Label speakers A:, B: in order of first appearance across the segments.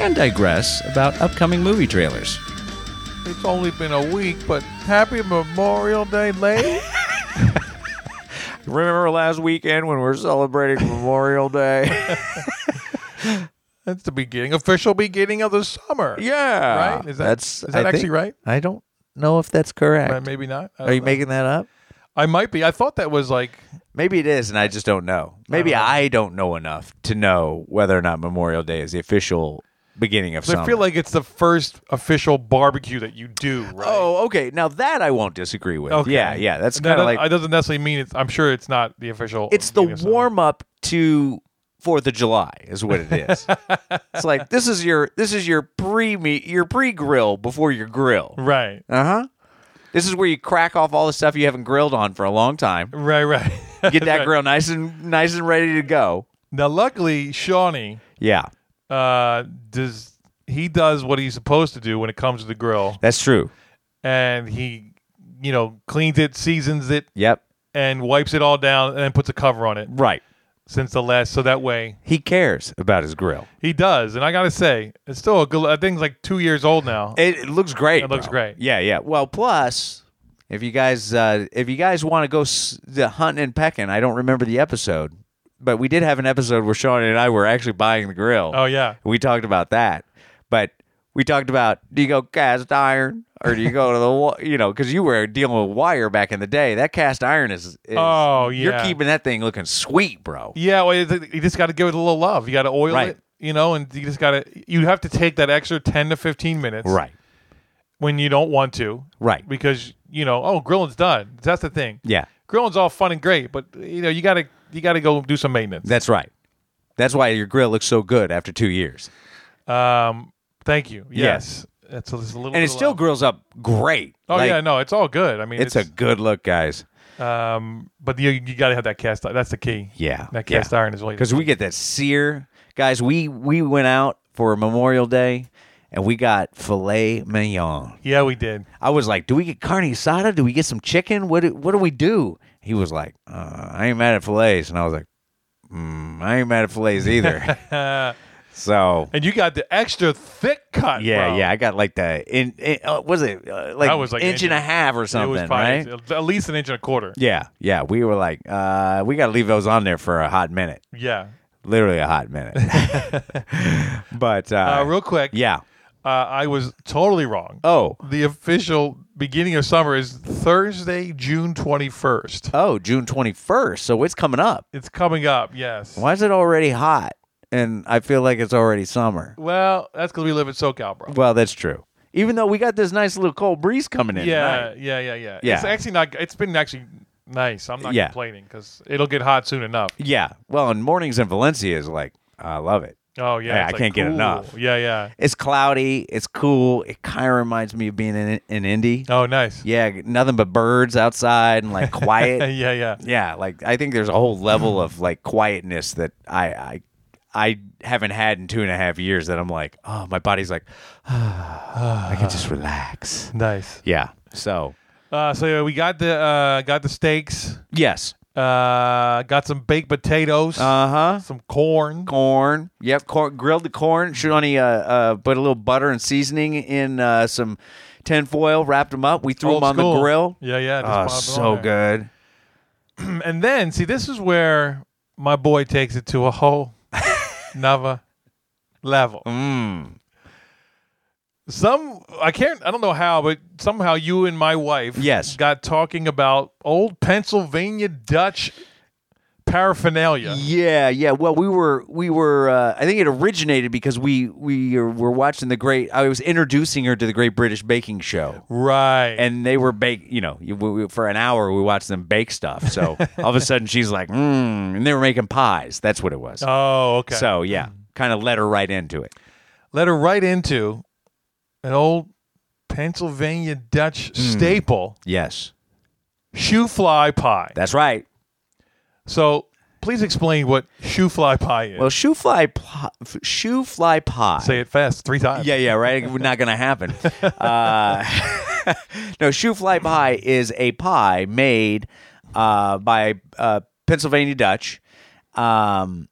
A: and digress about upcoming movie trailers.
B: It's only been a week, but happy Memorial Day, ladies. Remember last weekend when we were celebrating Memorial Day? That's the beginning, official beginning of the summer.
C: Yeah.
B: right. Is that
C: That's-
B: is that
C: I
B: actually
C: think-
B: right?
C: I don't know if that's correct.
B: Uh, Maybe not. I
C: Are you
B: don't know.
C: making that up?
B: I might be. I thought that was like
C: Maybe it is, and I just don't know. Maybe I don't know enough to know whether or not Memorial Day is the official beginning of
B: So
C: summer.
B: I feel like it's the first official barbecue that you do, right?
C: oh, okay. Now that I won't disagree with.
B: Okay.
C: Yeah, yeah. That's
B: That
C: kind of
B: doesn't-
C: like
B: it doesn't necessarily mean it's. I'm sure it's not the official.
C: it's the
B: beginning of summer.
C: warm up to Fourth of July is what it is. it's like this is your this is your pre meat your pre grill before your grill.
B: Right,
C: Uh huh. This is where you crack off all the stuff you haven't grilled on for a long time.
B: right, right.
C: Get that
B: Right.
C: grill nice and nice and ready to go.
B: Now, luckily, Shawnee
C: Yeah,
B: uh, does he does what he's supposed to do when it comes to the grill,
C: that's true.
B: and he, you know, cleans it, seasons it,
C: Yep.
B: and wipes it all down, and then puts a cover on it
C: Right.
B: since the last. So that way
C: He cares about his grill.
B: he does. And I gotta say, it's still a good. I think it's like two years old now.
C: It, it looks great.
B: It looks
C: bro.
B: great.
C: Yeah, yeah. Well, plus, if you guys uh, if you guys want to go s- the hunting and pecking, I don't remember the episode, but we did have an episode where Sean and I were actually buying the grill.
B: Oh, yeah.
C: we talked about that, but we talked about do you go cast iron or do you go to the wa- you know because you were dealing with wire back in the day. That cast iron is, is
B: Oh,
C: you're
B: yeah.
C: keeping that thing looking sweet, bro.
B: Yeah, well, it's- you just got to give it a little love. You got to oil
C: Right.
B: it, you know, and you just got to. You have to take that extra ten to fifteen minutes,
C: Right.
B: When you don't want to,
C: Right.
B: Because you know, oh, grilling's done. That's the thing.
C: Yeah.
B: grilling's all fun and great, but you know, you got to you got to go do some maintenance.
C: That's right. That's why your grill looks so good after two years.
B: Um, thank you.
C: Yes.
B: Yes, that's a, that's a little,
C: and it
B: little
C: still
B: loud.
C: grills up great.
B: Oh
C: Like,
B: yeah, no, it's all good. I mean,
C: it's,
B: it's,
C: a good look, guys.
B: um, but you you got to have that cast. iron. That's the key.
C: Yeah,
B: that cast
C: yeah.
B: iron is really
C: Because we get that sear, guys. We we went out for Memorial Day, and we got filet mignon.
B: yeah we did.
C: I was like, "Do we get carne asada? Do we get some chicken? What do, what do we do?" He was like, uh, "I ain't mad at filets," and I was like, mm, "I ain't mad at filets either." so
B: And you got the extra thick cut.
C: yeah,
B: bro.
C: yeah, I got like the in, in uh, was it uh, like,
B: That was like
C: inch and a half or
B: It
C: something,
B: was probably
C: right?
B: at least an inch and a quarter.
C: Yeah, yeah. We were like, uh, we got to leave those on there for a hot minute,
B: Yeah.
C: literally a hot minute. but uh,
B: Uh, real quick.
C: yeah.
B: Uh, I was totally wrong.
C: Oh,
B: The official beginning of summer is Thursday, June 21st.
C: oh, June twenty first. So it's coming up.
B: It's coming up, yes.
C: Why is it already hot? And I feel like it's already summer.
B: Well, that's because we live in SoCal, bro.
C: Well, that's true. Even though we got this nice little cold breeze coming in.
B: yeah,
C: tonight.
B: yeah, yeah, yeah,
C: Yeah.
B: It's actually not, it's been actually nice. I'm not
C: Yeah.
B: complaining because it'll get hot soon enough.
C: yeah. Well, and mornings in Valencia is like I love it.
B: Oh, yeah.
C: Yeah,
B: it's
C: I
B: like,
C: can't get
B: cool.
C: enough.
B: Yeah, yeah.
C: It's cloudy. It's cool. It kind of reminds me of being in in Indy.
B: Oh, nice.
C: Yeah, nothing but birds outside and like quiet.
B: yeah, yeah.
C: Yeah, like I think there's a whole level of like quietness that I I I haven't had in two and a half years that I'm like, oh, my body's like, I can just relax.
B: Nice.
C: Yeah. So
B: Uh, so yeah, we got the uh, got the steaks.
C: yes.
B: Uh, got some baked potatoes.
C: Uh huh.
B: some corn.
C: Corn. Yep. Corn, grilled the corn. Shawnee uh, uh, put a little butter and seasoning in uh, some tinfoil, wrapped them up. We threw
B: Old
C: them on
B: school.
C: the grill.
B: Yeah, yeah. just
C: Oh,
B: pop it on
C: so
B: there.
C: good.
B: And then, see, this is where my boy takes it to a whole another level.
C: Mm.
B: Some I can't. I don't know how, but somehow you and my wife,
C: Yes.
B: got talking about old Pennsylvania Dutch paraphernalia.
C: Yeah, yeah. Well, we were we were. Uh, I think it originated because we we were watching the great. I was introducing her to the Great British Baking Show,
B: Right.
C: and they were bake. You know, you- we, we- for an hour we watched them bake stuff. So all of a sudden she's like, mm, and they were making pies. That's what it was.
B: oh, okay.
C: So yeah, kind of led her right into it.
B: led her right into an old Pennsylvania Dutch
C: Hmm.
B: staple,
C: Yes.
B: shoe fly pie.
C: That's right.
B: so please explain what shoe fly pie is.
C: Well, shoe fly, pie, shoe fly pie.
B: Say it fast three times.
C: Yeah, yeah, right. Not going to happen. Uh, no, shoe fly pie is a pie made uh, by uh, Pennsylvania Dutch um,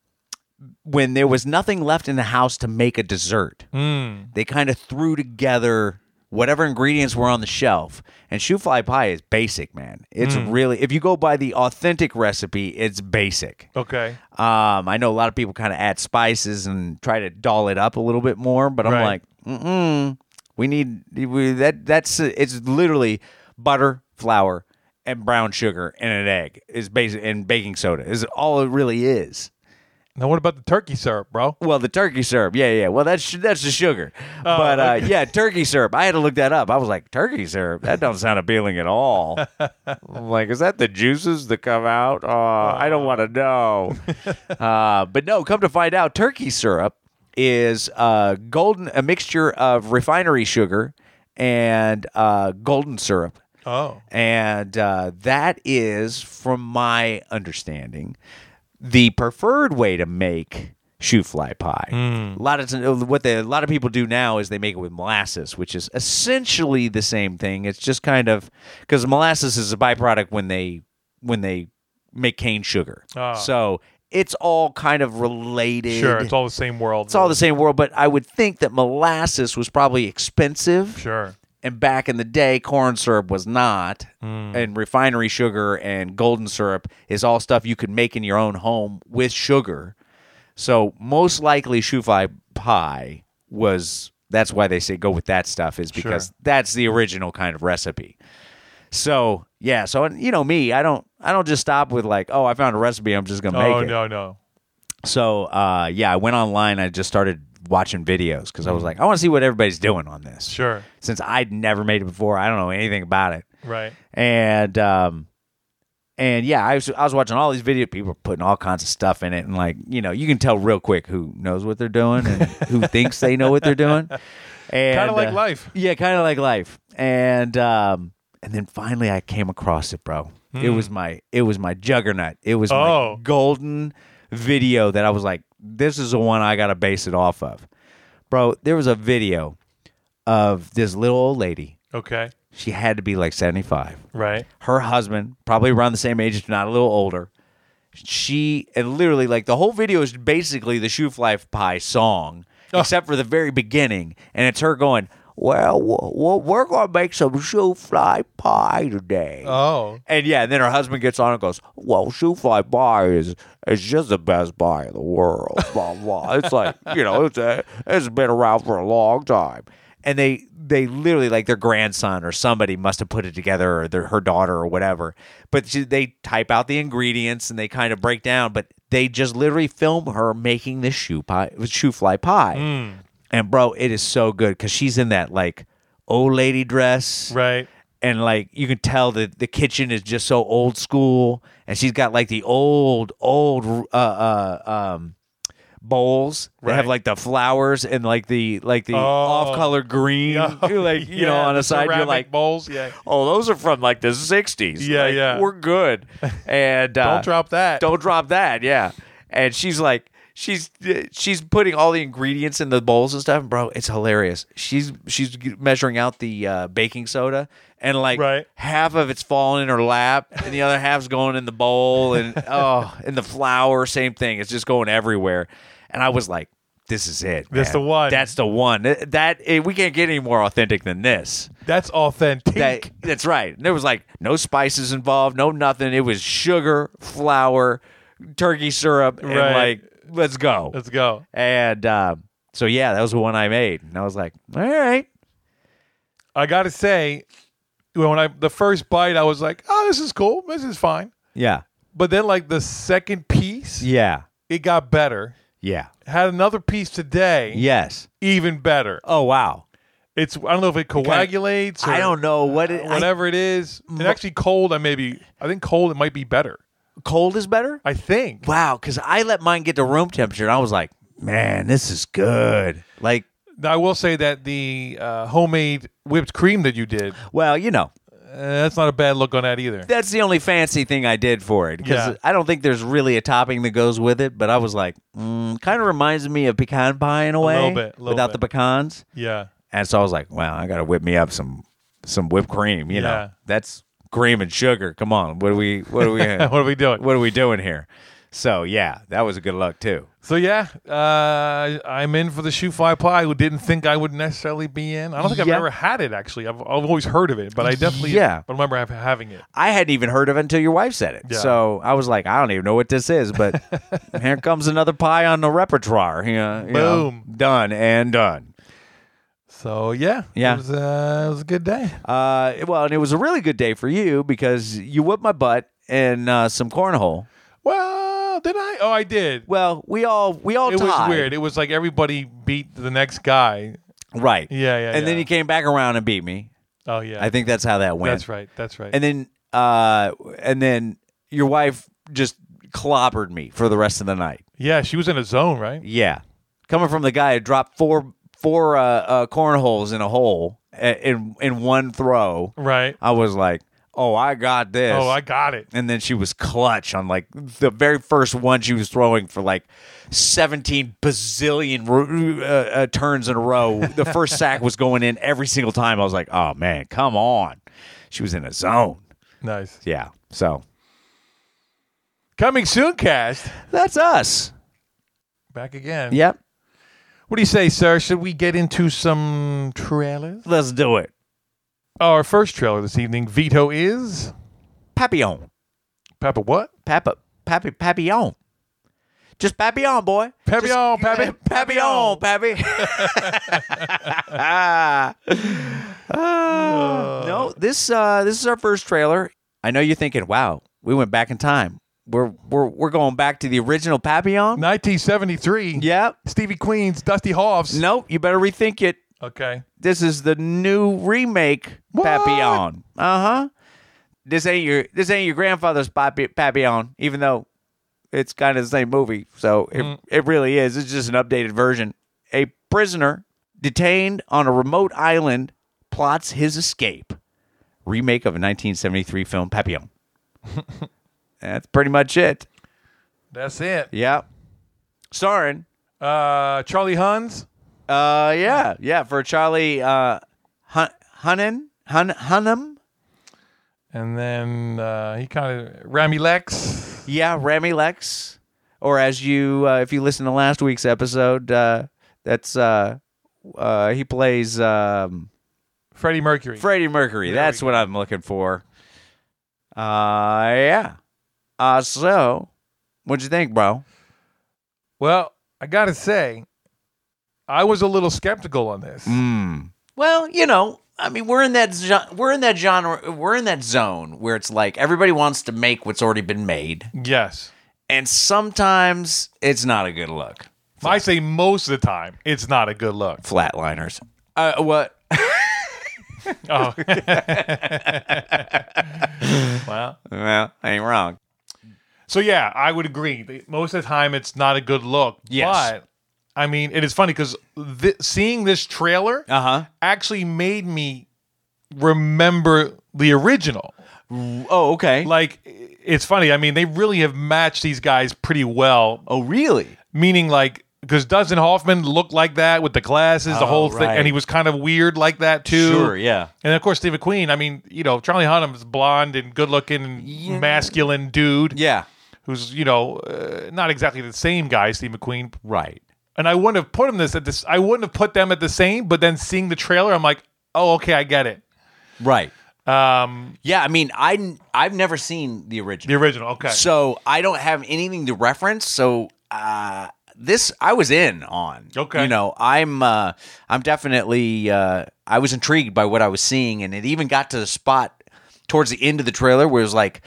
C: when there was nothing left in the house to make a dessert. They kind of threw together whatever ingredients were on the shelf. And shoe fly pie is basic, man. It's really, if you go by the authentic recipe, it's basic.
B: Okay.
C: Um, I know a lot of people kind of add spices and try to doll it up a little bit more, but I'm
B: Right.
C: like, mm-mm, we need we, that. That's it's literally butter, flour, and brown sugar and an egg is basic and baking soda is all it really is.
B: Now what about the turkey syrup, bro?
C: Well, the turkey syrup, yeah, yeah. Well, that's that's the sugar, but uh, yeah, turkey syrup. I had to look that up. I was like, turkey syrup. That don't sound appealing at all. I'm like, is that the juices that come out? Uh, I don't want to know. uh, but no, come to find out, turkey syrup is uh, golden, a mixture of refinery sugar and uh, golden syrup.
B: Oh.
C: And uh, that is, from my understanding, the preferred way to make shoe fly pie.
B: Hmm.
C: A lot of uh, what the, a lot of people do now is they make it with molasses, which is essentially the same thing. It's just kind of because molasses is a byproduct when they when they make cane sugar.
B: Ah.
C: So it's all kind of related.
B: Sure, it's all the same world.
C: it's all the same world, but I would think that molasses was probably expensive
B: Sure.
C: and back in the day corn syrup was not
B: Mm.
C: and refinery sugar and golden syrup is all stuff you could make in your own home with sugar so most likely shoe fly pie was that's why they say go with that stuff is because
B: Sure.
C: that's the original kind of recipe so yeah so and you know me i don't i don't just stop with like oh i found a recipe i'm just gonna
B: Oh
C: make it
B: no, no.
C: so uh, yeah i went online i just started watching videos because
B: Mm.
C: i was like i want to see what everybody's doing on this
B: Sure.
C: since I'd never made it before. I don't know anything about it.
B: Right.
C: And um and yeah, I was I was watching all these video people putting all kinds of stuff in it and like, you know, you can tell real quick who knows what they're doing and who thinks they know what they're doing. And
B: Kinda like
C: uh,
B: life.
C: Yeah, kind of like life. And um and then finally I came across it, bro. It was my it was my juggernaut. It was
B: Hmm. Oh.
C: my golden video that I was like, this is the one I got to base it off of. Bro, there was a video of this little old lady.
B: Okay.
C: She had to be like 75.
B: Right.
C: Her husband, probably around the same age, if not a little older. She, and literally, like the whole video is basically the Shoe Fly Pie song, except for the very beginning. And it's her going, Well, w- w- we're going to make some Shoe Fly Pie today.
B: Oh.
C: And yeah, and then her husband gets on and goes, "Well, shoe fly pie is is just the best pie in the world." Blah blah. It's like you know, it's a, it's been around for a long time. And they they literally like their grandson or somebody must have put it together or their, her daughter or whatever. But she, they type out the ingredients and they kind of break down. But they just literally film her making this shoe pie, shoe fly pie. And bro, it is so good because she's in that like old lady dress,
B: Right.
C: and like you can tell that the kitchen is just so old school and she's got like the old old uh uh um bowls that have
B: Right. Oh.
C: like the flowers and like the like the off color green like you know
B: Yeah,
C: on
B: the
C: a side you're
B: ceramic
C: like
B: bowls. Yeah.
C: oh those are from like the 60s
B: Yeah,
C: Like,
B: yeah.
C: we're good and uh,
B: Don't drop that.
C: don't drop that yeah and she's like she's she's putting all the ingredients in the bowls and stuff and bro it's hilarious she's she's measuring out the uh, baking soda and like
B: Right.
C: half of it's falling in her lap and the other half's going in the bowl and oh and the flour same thing it's just going everywhere and i was like this is it
B: That's
C: man.
B: the one.
C: that's the one Th- that eh, we can't get any more authentic than this
B: That's authentic.
C: that, that's right. There was like no spices involved, no nothing. It was sugar, flour, turkey syrup, and
B: Right.
C: like let's go.
B: Let's go.
C: and um, so yeah, that was the one I made, and I was like, all right,
B: I gotta say, when I the first bite, I was like, "Oh, this is cool. This is fine."
C: yeah,
B: But then, like the second piece,
C: yeah,
B: it got better.
C: yeah,
B: Had another piece today,
C: yes.
B: even better.
C: Oh wow,
B: It's I don't know if it coagulates. Or
C: I don't know what it, I-
B: Whatever it is, and actually cold. I maybe I think cold. It might be better.
C: cold is better.
B: I think.
C: Wow, because I let mine get to room temperature, and I was like, man, this is good. Like
B: Now, I will say that the uh, homemade whipped cream that you did, uh,
C: Well, you know,
B: that's not a bad look on that either.
C: that's the only fancy thing I did for it because
B: Yeah.
C: I don't think there's really a topping that goes with it. But I was like, mm, kind of reminds me of pecan pie in a way,
B: little bit, little
C: without
B: bit.
C: the pecans.
B: Yeah.
C: And so I was like, well, I gotta whip me up some some whipped cream. You
B: Yeah.
C: know, that's cream and sugar. Come on, what are we what are we
B: What are we doing?
C: what are we doing here? So yeah, that was a good look too.
B: So yeah, uh, I'm in for the shoe fly pie. Who didn't think I would necessarily be in? I don't think I've
C: Yeah.
B: ever had it actually. I've, I've always heard of it, but I definitely
C: Yeah.
B: don't remember have- having it.
C: I hadn't even heard of it until your wife said it.
B: Yeah.
C: So I was like, I don't even know what this is, but here comes another pie on the repertoire. You know, you know,
B: Boom.
C: done and done.
B: So yeah,
C: Yeah.
B: it was, uh, it was a good day.
C: Uh, well, and it was a really good day for you because you whipped my butt in uh, some cornhole.
B: Well, did I? Oh, I did.
C: Well, we all we all
B: it was
C: tied.
B: weird. It was like everybody beat the next guy.
C: right?
B: Yeah, yeah,
C: And then
B: yeah.
C: you came back around and beat me.
B: Oh yeah,
C: I think that's how that went.
B: that's right. That's right.
C: And then, uh, and then your wife just clobbered me for the rest of the night.
B: yeah, she was in a zone, right?
C: Yeah, coming from the guy who dropped four four uh, uh, cornholes in a hole uh, in in one throw.
B: Right.
C: I was like, "Oh, I got this."
B: Oh, I got it.
C: and then she was clutch on like the very first one she was throwing for like 17 bazillion ro- uh, uh, turns in a row. The first sack was going in every single time. I was like, "Oh man, come on." She was in a zone.
B: Nice.
C: Yeah. So,
B: Coming soon, cast
C: that's us.
B: back again.
C: Yep.
B: What do you say, sir? Should we get into some trailers?
C: Let's do it.
B: Our first trailer this evening, Vito is
C: Papillon.
B: Papa. What?
C: Papa, Pappy, Papillon. Just Papillon, boy.
B: Papillon,
C: Just-
B: Pappy.
C: Papillon, Pappy. Ah. no, this uh, this is our first trailer. I know you're thinking, "Wow, we went back in time. We're we're we're going back to the original Papillon."
B: 1973.
C: Yep.
B: Stevie Queen's Dusty Hoffs.
C: Nope. You better rethink it.
B: Okay.
C: This is the new remake Papillon. Uh huh. This ain't your this ain't your grandfather's Papi- Papillon, even though it's kind of the same movie. So it, it really is. It's just an updated version. A prisoner detained on a remote island plots his escape. Remake of a 1973 film Papillon. That's pretty much it.
B: That's it.
C: Yeah. Starring
B: Uh, Charlie Huns.
C: Uh, yeah, yeah. For Charlie, uh, Hun- Hunnen, Hun- Hunnam.
B: And then uh, he kind of Rami Lex.
C: Yeah, Rami Lex, or as you, uh, if you listen to last week's episode, uh, that's uh, uh, he plays um,
B: Freddie Mercury.
C: Freddie Mercury. that's what I'm looking for. Uh, yeah. Uh, so, what'd you think, bro?
B: well, I gotta say, I was a little skeptical on this.
C: Mm. Well, you know, I mean, we're in that gen- we're in that genre, we're in that zone where it's like everybody wants to make what's already been made.
B: Yes.
C: and sometimes it's not a good look.
B: I say most of the time, it's not a good look.
C: Flatliners. Uh, what?
B: Oh. wow.
C: Well, I ain't wrong.
B: So yeah, I would agree. They- Most of the time, it's not a good look.
C: Yes.
B: But I mean, it is funny because th- seeing this trailer
C: Uh huh.
B: actually made me remember the original.
C: Oh, okay.
B: Like, it's funny. I mean, they really have matched these guys pretty well.
C: oh, really?
B: Meaning, like, because Dustin Hoffman looked like that with the glasses, the
C: Oh,
B: whole thing,
C: right.
B: and he was kind of weird like that too.
C: Sure. Yeah.
B: And of course, David Queen. I mean, you know, Charlie Hunnam is blonde and good-looking, and masculine dude
C: Yeah.
B: who's you know uh, not exactly the same guy, Steve McQueen.
C: Right.
B: And I wouldn't have put him this at this. I wouldn't have put them at the same. But then seeing the trailer, I'm like, oh, okay, I get it.
C: Right.
B: Um,
C: Yeah. I mean, I I've never seen the
B: the
C: original,
B: original, okay,
C: so I don't have anything to reference. So uh, this I was in on.
B: Okay.
C: You know, I'm uh, I'm definitely uh, I was intrigued by what I was seeing, and it even got to the spot towards the end of the trailer where it was like,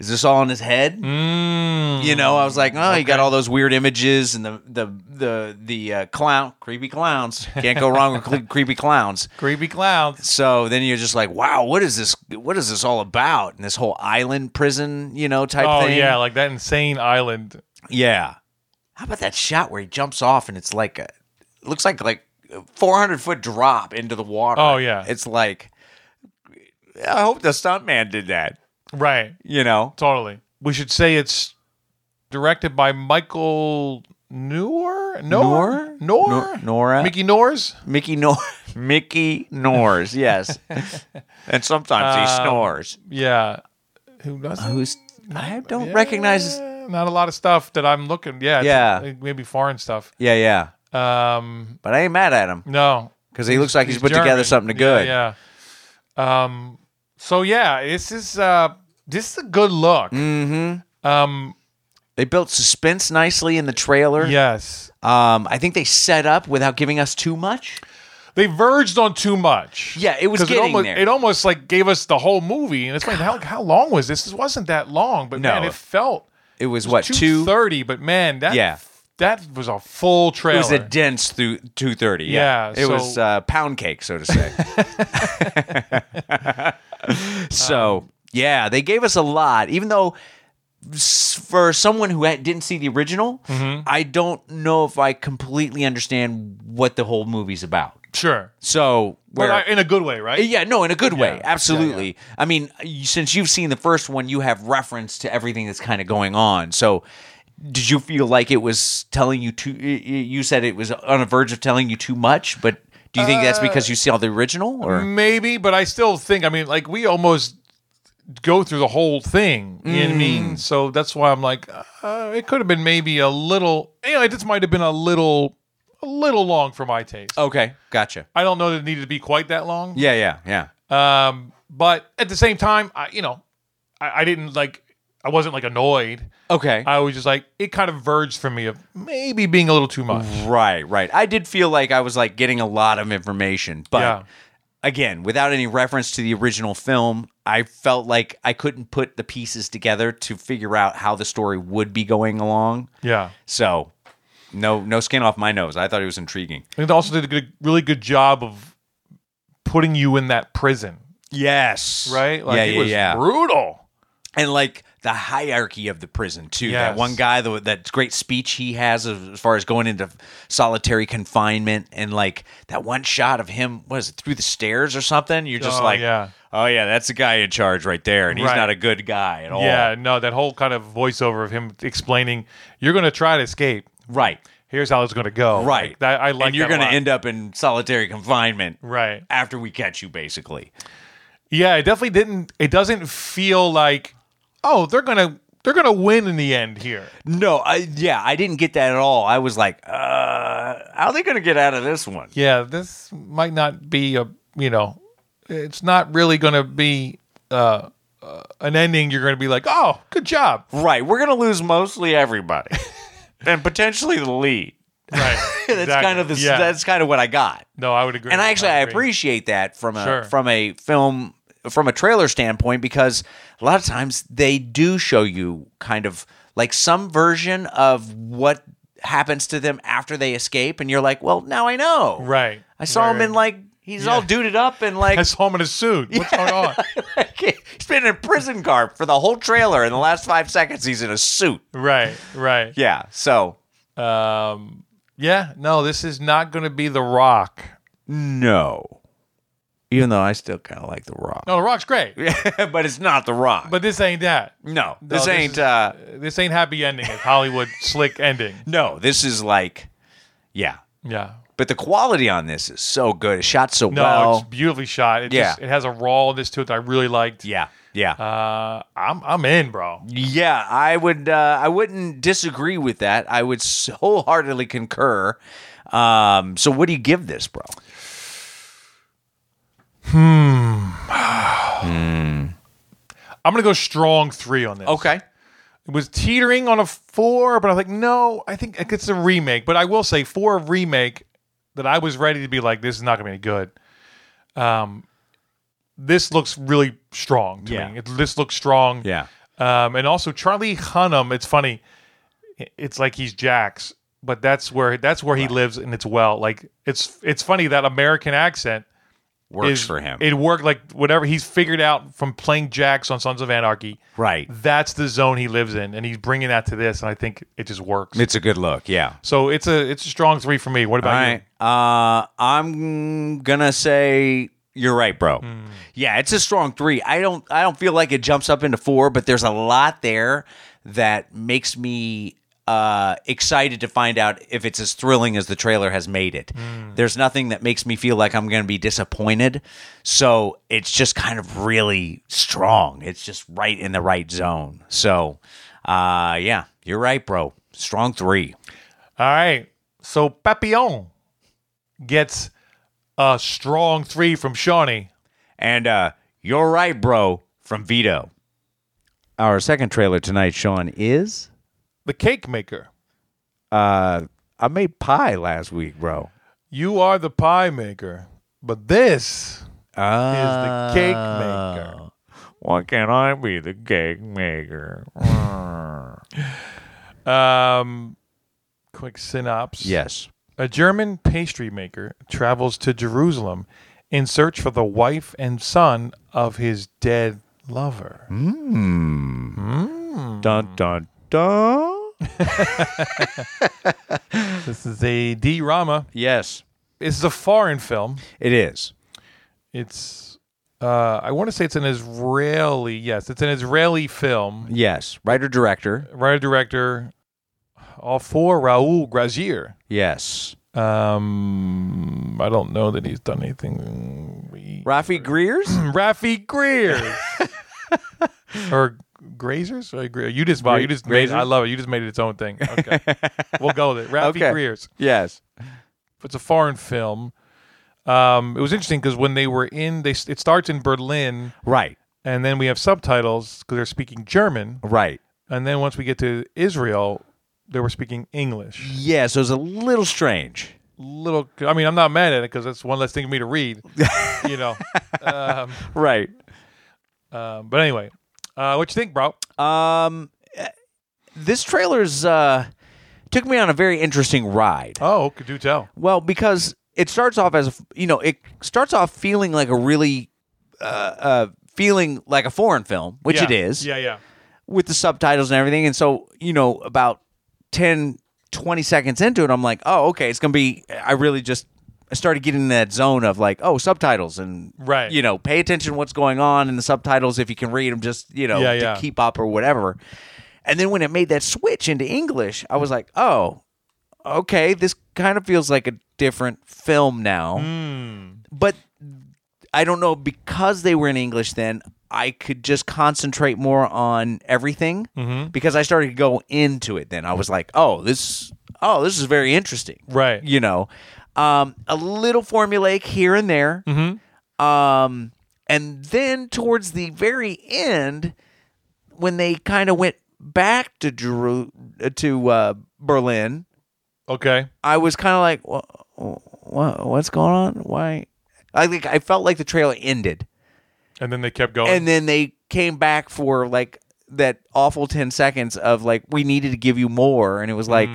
C: is this all in his
B: Mm-hmm.
C: head?
B: Hmm,
C: You know, I was like, oh, you got all those weird images and the the the the uh, clown, creepy clowns. Can't go wrong with cle- creepy clowns.
B: creepy clowns.
C: So then you're just like, wow, what is this? What is this all about? And this whole island prison, you know, type
B: Oh
C: thing.
B: yeah, like that insane island.
C: yeah. How about that shot where he jumps off and it's like a, looks like like 400 foot drop into the water.
B: Oh, yeah.
C: It's like, I hope the stuntman did that,
B: Right.
C: you know?
B: Totally. We should say it's directed by Michael Noor? Noor? Noor?
C: Nor- Nora?
B: Mickey Noors?
C: Mickey Nor Mickey Nors, yes. and sometimes he snores.
B: Yeah. Who does it?
C: Um, Who's I don't recognize his
B: Eh, Not a lot of stuff that I'm looking. Yeah. it's,
C: Yeah.
B: like, Maybe foreign stuff.
C: Yeah, yeah.
B: Um,
C: But I ain't mad at him
B: no.
C: because he looks like he's, put together
B: German.
C: something
B: Yeah,
C: good.
B: Yeah. Um, so yeah, this is uh this is a good look.
C: Mm. They built suspense nicely in the trailer.
B: Yes.
C: Um, I think they set up without giving us too much.
B: They verged on too much.
C: Yeah, it was
B: 'Cause
C: getting
B: almost,
C: there.
B: It almost like gave us the whole movie, and it's like how, how long was this? This wasn't that long, but
C: No.
B: man, it felt
C: It was what two?
B: thirty. But man, that
C: Yeah.
B: that was a full
C: It
B: trailer.
C: was a dense through two thirty. Yeah,
B: Yeah,
C: it was
B: so-
C: uh, pound cake, so to say. so yeah, they gave us a lot, even though s- for someone who had, didn't see the original,
B: Mm-hmm.
C: I don't know if I completely understand what the whole movie's about.
B: sure,
C: So
B: but
C: where.
B: I- in a good way, right?
C: yeah, no, in a good way.
B: Yeah,
C: Absolutely. I mean, you, since you've seen the first one, you have reference to everything that's kind of going on. So, did you feel like it was telling you too? y- y- You said it was on the verge of telling you too much, but do you think that's because
B: Uh,
C: you saw the original? Or
B: Maybe, but I still think. I mean, like we almost go through the whole thing. You
C: Mm.
B: know what I mean? So that's why I'm like, uh, it could have been maybe a little. You know, it just might have been a little, a little long for my taste.
C: okay, gotcha.
B: I don't know that it needed to be quite that long.
C: Yeah, yeah, yeah.
B: Um, but at the same time, I, you know, I, I didn't like. I wasn't like annoyed.
C: Okay.
B: I was just like, it kind of verged for me of maybe being a little too much.
C: Right, right. I did feel like I was like getting a lot of information, but
B: Yeah.
C: again, without any reference to the original film, I felt like I couldn't put the pieces together to figure out how the story would be going along.
B: Yeah.
C: So, no no skin off my nose. I thought it was intriguing.
B: And it also did a good, really good job of putting you in that prison,
C: Yes.
B: right?
C: yeah,
B: it
C: yeah,
B: was
C: yeah.
B: brutal.
C: and like the hierarchy of the prison too. That
B: Yes.
C: one guy, the, that great speech he has as as far as going into solitary confinement, and like that one shot of him was it through the stairs or something. You're just
B: Oh,
C: like,
B: yeah.
C: oh yeah, that's the guy in charge right there, and he's
B: Right.
C: not a good guy at all.
B: Yeah, no, that whole kind of voiceover of him explaining, you're going to try to escape.
C: right,
B: Here's how it's going to go.
C: right.
B: Like, that, I like
C: and you're
B: going
C: gonna end up in solitary confinement
B: Right.
C: after we catch you, basically.
B: Yeah, it definitely didn't. It doesn't feel like, oh, they're gonna they're gonna win in the end here.
C: No, I yeah, I didn't get that at all. I was like, uh, how are they gonna get out of this one?
B: Yeah, this might not be a you know, it's not really gonna be uh, uh, an ending. You're gonna be like, oh, good job.
C: Right. We're going to lose mostly everybody and potentially the lead.
B: Right.
C: That's kind of the, that's kind of what I got.
B: no, I would agree.
C: And I actually I,
B: agree.
C: appreciate that from a
B: Sure.
C: from a film from a trailer standpoint because a lot of times they do show you kind of like some version of what happens to them after they escape and you're like, "Well, now I know."
B: Right.
C: I saw him in like he's all duded up and like
B: I saw him in a suit. What's going on?
C: he's been in a prison car for the whole trailer and the last 5 seconds he's in a suit.
B: Right. Right.
C: Yeah. So,
B: Um. Yeah. No, this is not going to be The Rock.
C: No. Even though I still kind of like The Rock.
B: No, The Rock's great,
C: but it's not The Rock.
B: but this ain't that.
C: no,
B: No,
C: this ain't.
B: is-
C: uh,
B: this ain't happy ending. It's Hollywood slick ending.
C: no, this is like, yeah.
B: Yeah.
C: But the quality on this is so good. It's shot so
B: No,
C: well.
B: it's beautifully shot. It
C: Yeah.
B: just, it has a rawness to it that I really liked.
C: yeah, yeah,
B: Uh, I'm I'm in, bro.
C: yeah. I would. Uh, I wouldn't disagree with that. I would s- wholeheartedly concur. Um, so, what do you give this, bro?
B: I'm gonna go strong three on this. It was teetering on a four, but I was like, no, I think it's a remake. But I will say, for a remake, that I was ready to be like, this is not gonna be any good. Um, this looks really strong to
C: Yeah.
B: me. It, this looks strong.
C: Yeah.
B: Um, and also Charlie Hunnam. It's funny. It's like he's Jax, but that's where that's where he lives, and it's well. Like it's it's funny that American accent
C: works
B: is-
C: for him.
B: It worked like whatever he's figured out from playing Jax on Sons of Anarchy.
C: Right.
B: That's the zone he lives in, and he's bringing that to this, and I think it just works.
C: it's a good look. Yeah.
B: so it's a it's a strong three for me. What
C: All
B: about you?
C: right. Uh, I'm gonna say you're right, bro.
B: Hmm.
C: Yeah, it's a strong three. I don't I don't feel like it jumps up into four, but there's a lot there that makes me uh excited to find out if it's as thrilling as the trailer has made it.
B: Hmm.
C: There's nothing that makes me feel like I'm gonna be disappointed. So it's just kind of really strong. It's just right in the right zone. So uh yeah, you're right, bro. Strong three.
B: All right. So Papillon gets a strong three from Shawnee.
C: and uh, You're Right, Bro from Vito. Our second trailer tonight, Sean, is
B: The Cake Maker.
C: uh, I made pie last week, bro.
B: You are the pie maker, but this is the
C: Uh,
B: cake maker. Why can't I be the cake maker? um, quick synopsis.
C: Yes.
B: A German pastry maker travels to Jerusalem in search for the wife and son of his dead lover.
C: Dun, dun, dun.
B: This is a D Rama.
C: Yes,
B: This is a foreign film.
C: it is.
B: It's uh, I want to say it's an Israeli. Yes, it's an Israeli film.
C: Yes. Writer director.
B: Writer director, all for Raoul Grazier.
C: Yes.
B: Um, I don't know that he's done anything. We-
C: Rafi Greers?
B: Rafi Greer or Grazers? Or Greer? You just wow, you just made, I love it. You just made it its own thing. Okay, we'll go with it. Rafi
C: Okay.
B: Greers.
C: yes.
B: It's a foreign film. Um, it was interesting because when they were in, they it starts in Berlin.
C: Right.
B: and then we have subtitles because they're speaking German.
C: Right.
B: And then once we get to Israel, they were speaking English.
C: Yeah, so it's a little strange.
B: Little, I mean, I'm not mad at it because that's one less thing for me to read, you know. Um,
C: Right.
B: um, but anyway, uh, what you think, bro?
C: Um, eh, this trailer's uh, took me on a very interesting ride.
B: Oh, could do tell.
C: Well, because it starts off as you know, it starts off feeling like a really uh, uh, feeling like a foreign film, which
B: Yeah.
C: it is,
B: Yeah, yeah.
C: with the subtitles and everything. And so, you know, about 10, 20 seconds into it, I'm like, oh, okay, it's gonna be. I really just I started getting in that zone of like, oh, subtitles and
B: Right.
C: you know, pay attention to what's going on in the subtitles if you can read them, just you know,
B: Yeah,
C: to
B: yeah.
C: keep up or whatever. And then when it made that switch into English, I was like, oh, okay, this kind of feels like a different film now.
B: Mm.
C: But I don't know because they were in English then. I could just concentrate more on everything because I started to go into it. Then I was like, "Oh, this, oh, this is very interesting."
B: Right.
C: You know, um, a little formulaic here and there. Um, and then towards the very end, when they kind of went back to Jeru- uh, to uh, Berlin,
B: Okay.
C: I was kind of like, what, what, what's going on? Why? I think I felt like the trailer ended,
B: And then they kept going.
C: and then they came back for like that awful ten seconds of like we needed to give you more, and it was like,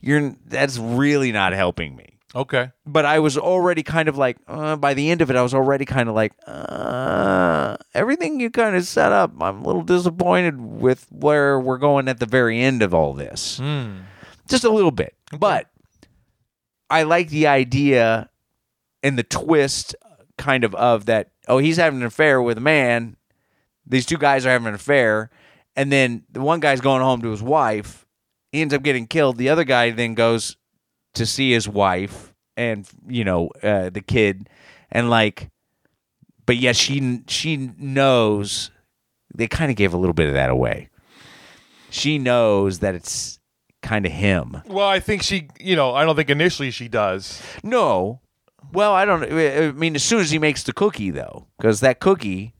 C: you're that's really not helping me.
B: okay.
C: But I was already kind of like, uh, by the end of it, I was already kind of like, uh, everything you kind of set up, I'm a little disappointed with where we're going at the very end of all this just a little bit. But I like the idea and the twist kind of of that oh he's having an affair with a man. These two guys are having an affair and then the one guy's going home to his wife. He ends up getting killed. The other guy then goes to see his wife and you know uh, the kid and like but yeah she she knows they kind of gave a little bit of that away. She knows that it's kind of him.
B: Well, I think she, you know, I don't think initially she does.
C: No. Well, I don't. I mean, as soon as he makes the cookie, though, because that cookie,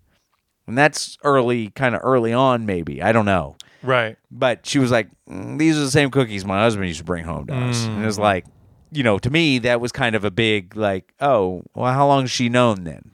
C: and that's early, kind of early on, maybe. I don't know.
B: Right.
C: But she was like, "Mm, "These are the same cookies my husband used to bring home to us." And it was like, you know, to me that was kind of a big like, "Oh, well, how long has she known then?"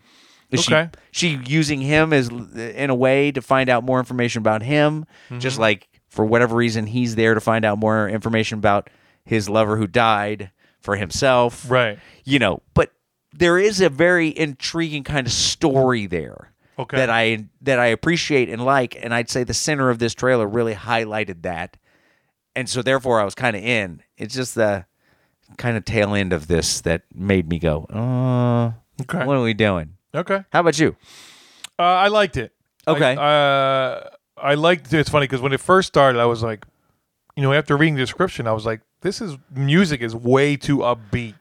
C: Is
B: Okay.
C: she, she using him as uh, in a way to find out more information about him, just like for whatever reason he's there to find out more information about his lover who died for himself
B: Right.
C: you know, but there is a very intriguing kind of story there
B: Okay.
C: that I that I appreciate and like, and I'd say the center of this trailer really highlighted that, and so therefore I was kind of in. It's just the kind of tail end of this that made me go, uh,
B: Okay.
C: what are we doing?
B: Okay.
C: How about you?
B: Uh, I liked it.
C: Okay.
B: I, uh, I liked it. It's funny because when it first started, I was like, you know, after reading the description, I was like, this is music is way too upbeat.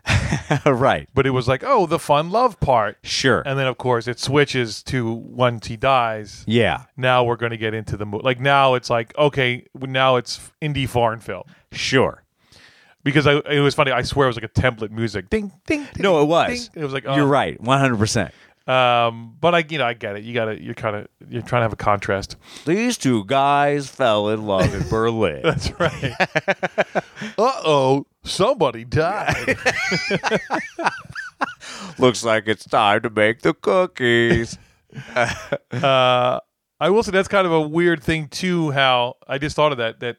C: right.
B: But it was like, oh, the fun love part.
C: Sure.
B: And then, of course, it switches to once he dies.
C: yeah.
B: Now we're going to get into the mo Like now it's like, okay, now it's indie foreign film.
C: Sure.
B: Because I, it was funny. I swear it was like a template music. Ding, ding. ding,
C: No, it was.
B: ding. It was like, oh.
C: You're right. One hundred percent.
B: Um, but I, you know, I get it. You got to, you're kind of, you're trying to have a contrast.
C: These two guys fell in love in Berlin.
B: That's right. uh oh, somebody died.
D: Looks like it's time to make the cookies.
B: I will say that's kind of a weird thing too. How I just thought of that. That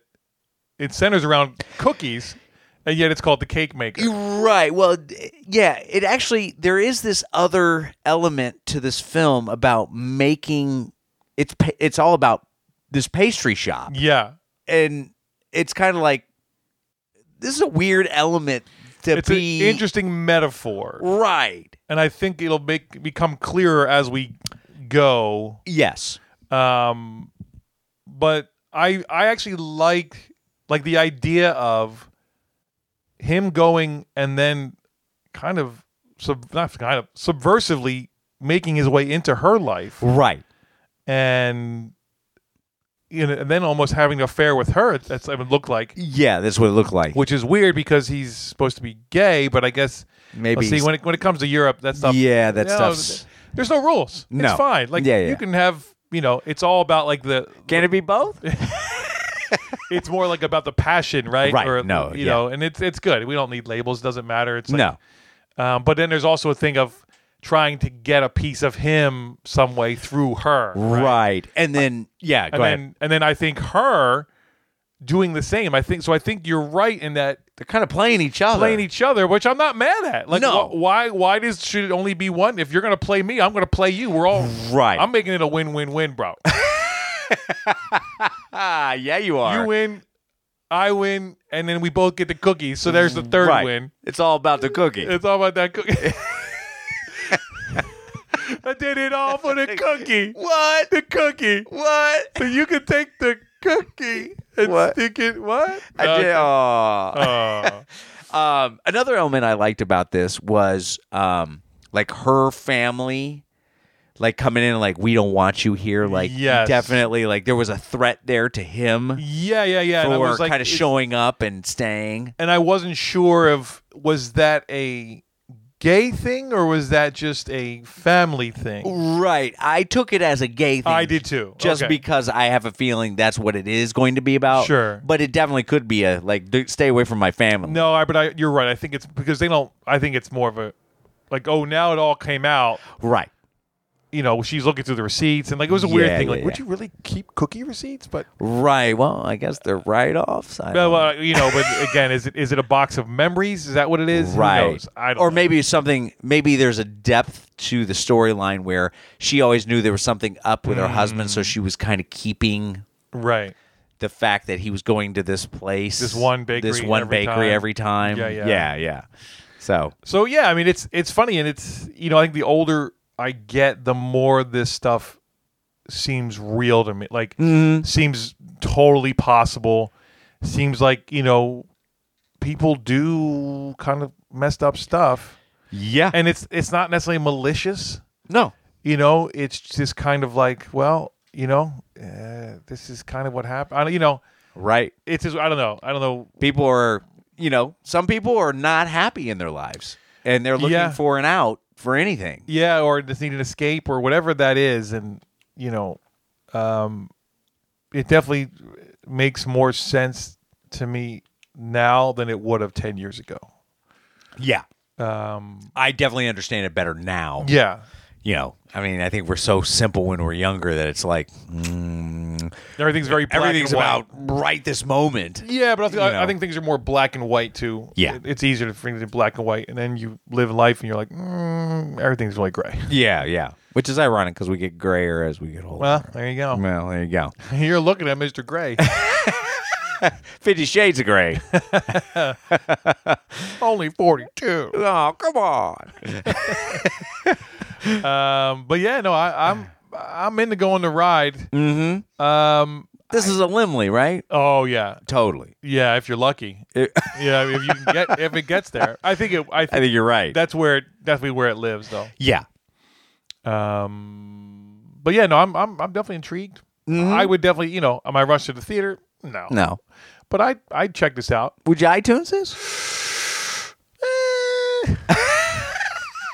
B: it centers around cookies, and yet it's called the cake maker.
C: Right. Well, d- yeah, it actually there is this other element to this film about making it's pa- it's all about this pastry shop
B: yeah,
C: and it's kind of like this is a weird element to
B: it's
C: be
B: an interesting metaphor,
C: right.
B: and I think it'll make become clearer as we go.
C: Yes.
B: Um, but I I actually like like the idea of him going and then kind of sub not kind of subversively making his way into her life
C: Right.
B: and you know and then almost having an affair with her that's I mean looked like
C: Yeah, that's what it looked like.
B: which is weird because he's supposed to be gay but I guess
C: Maybe
B: see
C: he's-
B: when it when it comes to Europe that stuff
C: Yeah, that
B: No,
C: stuff's-
B: there's no rules
C: No.
B: it's fine like
C: Yeah, yeah.
B: you can have you know it's all about like the
C: Can it be both?
B: it's more like about the passion, right?
C: Right, no,
B: you
C: yeah.
B: know, and it's it's good. We don't need labels. Doesn't matter. It's like,
C: no.
B: Um, but then there's also a thing of trying to get a piece of him some way through her,
C: Right. And then yeah, go
B: And
C: ahead.
B: then and then I think her doing the same. I think so. I think you're right in that
C: They're kind of playing each other.
B: playing each other, which I'm not mad at. Like,
C: No.
B: wh- why why does should it only be one? If you're gonna play me, I'm gonna play you. We're all
C: Right.
B: I'm making it a win win win, bro.
C: ah, yeah, you are.
B: you win. I win, and then we both get the cookies. So there's the third
C: right.
B: win.
C: It's all about the cookie.
B: It's all about that cookie. I did it all for the cookie.
C: what?
B: The cookie.
C: What?
B: So you can take the cookie and
C: What?
B: stick it. What?
C: I did. aw.
B: Uh,
C: Um, another element I liked about this was um, like her family, like coming in, like we don't want you here. Like
B: Yes.
C: definitely, like there was a threat there to him
B: yeah, yeah, yeah. and I
C: for
B: was like,
C: kind of
B: it's-
C: showing up and staying.
B: And I wasn't sure of was that a gay thing or was that just a family thing?
C: Right. I took it as a gay thing.
B: I did too.
C: Just
B: Okay.
C: because I have a feeling that's what it is going to be about.
B: Sure.
C: But it definitely could be a like dude, stay away from my family.
B: No, I, but I, you're right. I think it's because they don't. I think it's more of a like. Oh, now it all came out.
C: Right.
B: You know, she's looking through the receipts and like it was a weird
C: Yeah,
B: thing.
C: yeah,
B: Like, would
C: yeah.
B: you really keep cookie receipts? But
C: Right. Well, I guess they're write offs.
B: Well, uh, you know, but again, is it is it a box of memories? Is that what it is? Who
C: right
B: knows? I don't
C: or
B: know.
C: maybe something maybe there's a depth to the storyline where she always knew there was something up with her husband
B: Mm.
C: so she was kind of keeping
B: right.
C: the fact that he was going to this place
B: This one bakery
C: this one
B: every
C: bakery
B: time.
C: every time
B: Yeah, yeah.
C: yeah yeah so
B: So yeah, I mean, it's it's funny, and it's you know, I think the older I get, the more this stuff seems real to me. Like
C: Mm-hmm.
B: seems totally possible. Seems like you know, people do kind of messed up stuff,
C: yeah
B: and it's it's not necessarily malicious.
C: no
B: you know, it's just kind of like, well, you know, uh, this is kind of what happened. I, don't- you know,
C: right
B: it's just, I don't know. I don't know.
C: people are you know some people are not happy in their lives and they're looking
B: Yeah.
C: for an out for anything
B: Yeah. Or just need an escape or whatever that is. And, you know, um, it definitely makes more sense to me now than it would have 10 years ago.
C: yeah
B: Um,
C: Um, i definitely understand it better now
B: yeah.
C: you know, I mean, I think we're so simple when we're younger that it's like mm,
B: Everything's very black
C: everything's
B: and white.
C: about right this moment.
B: Yeah, but I think, I,
C: know.
B: I think things are more black and white too.
C: Yeah.
B: It- it's easier to bring it in black and white, and then you live life, and you're like, mm, everything's really gray.
C: Yeah, yeah. Which is ironic because we get grayer as we get older.
B: Well, there you go.
C: well, there you go.
B: You're looking at Mr. Gray.
C: Fifty Shades of Gray.
B: Only 42.
C: oh, come on.
B: Um, but yeah, no, I, I'm I'm into going to ride. Mm-hmm. Um,
C: This is a Limley, right?
B: oh yeah,
C: Totally.
B: yeah. If you're lucky,
C: It-
B: yeah. If you can get if it gets there, I think it. I
C: I
B: think
C: think you're right.
B: that's where it, definitely where it lives though.
C: yeah.
B: But yeah, no, I'm I'm, I'm definitely intrigued. I would definitely, you know, am I rushed to the theater? Mm-hmm. No,
C: No.
B: But I I'd check this out.
C: Would you iTunes this?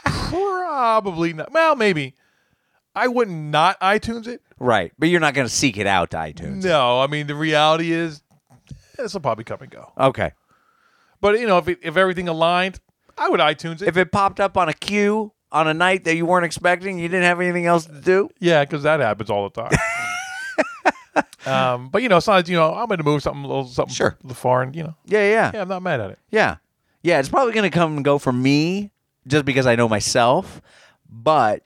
B: Probably not. Well, maybe. I would not iTunes it.
C: Right, but you're not going to seek it out to iTunes.
B: No, I mean the reality is this will probably come and go.
C: Okay.
B: But you know, if it, if everything aligned, I would iTunes it.
C: If it popped up on a queue on a night that you weren't expecting, you didn't have anything else to do.
B: yeah, because that happens all the time. um, but you know, sometimes you know I'm going to move something a little something
C: Sure.
B: foreign. You know,
C: Yeah, yeah,
B: yeah, I'm not mad at it.
C: yeah, yeah. It's probably going to come and go for me, just because I know myself. But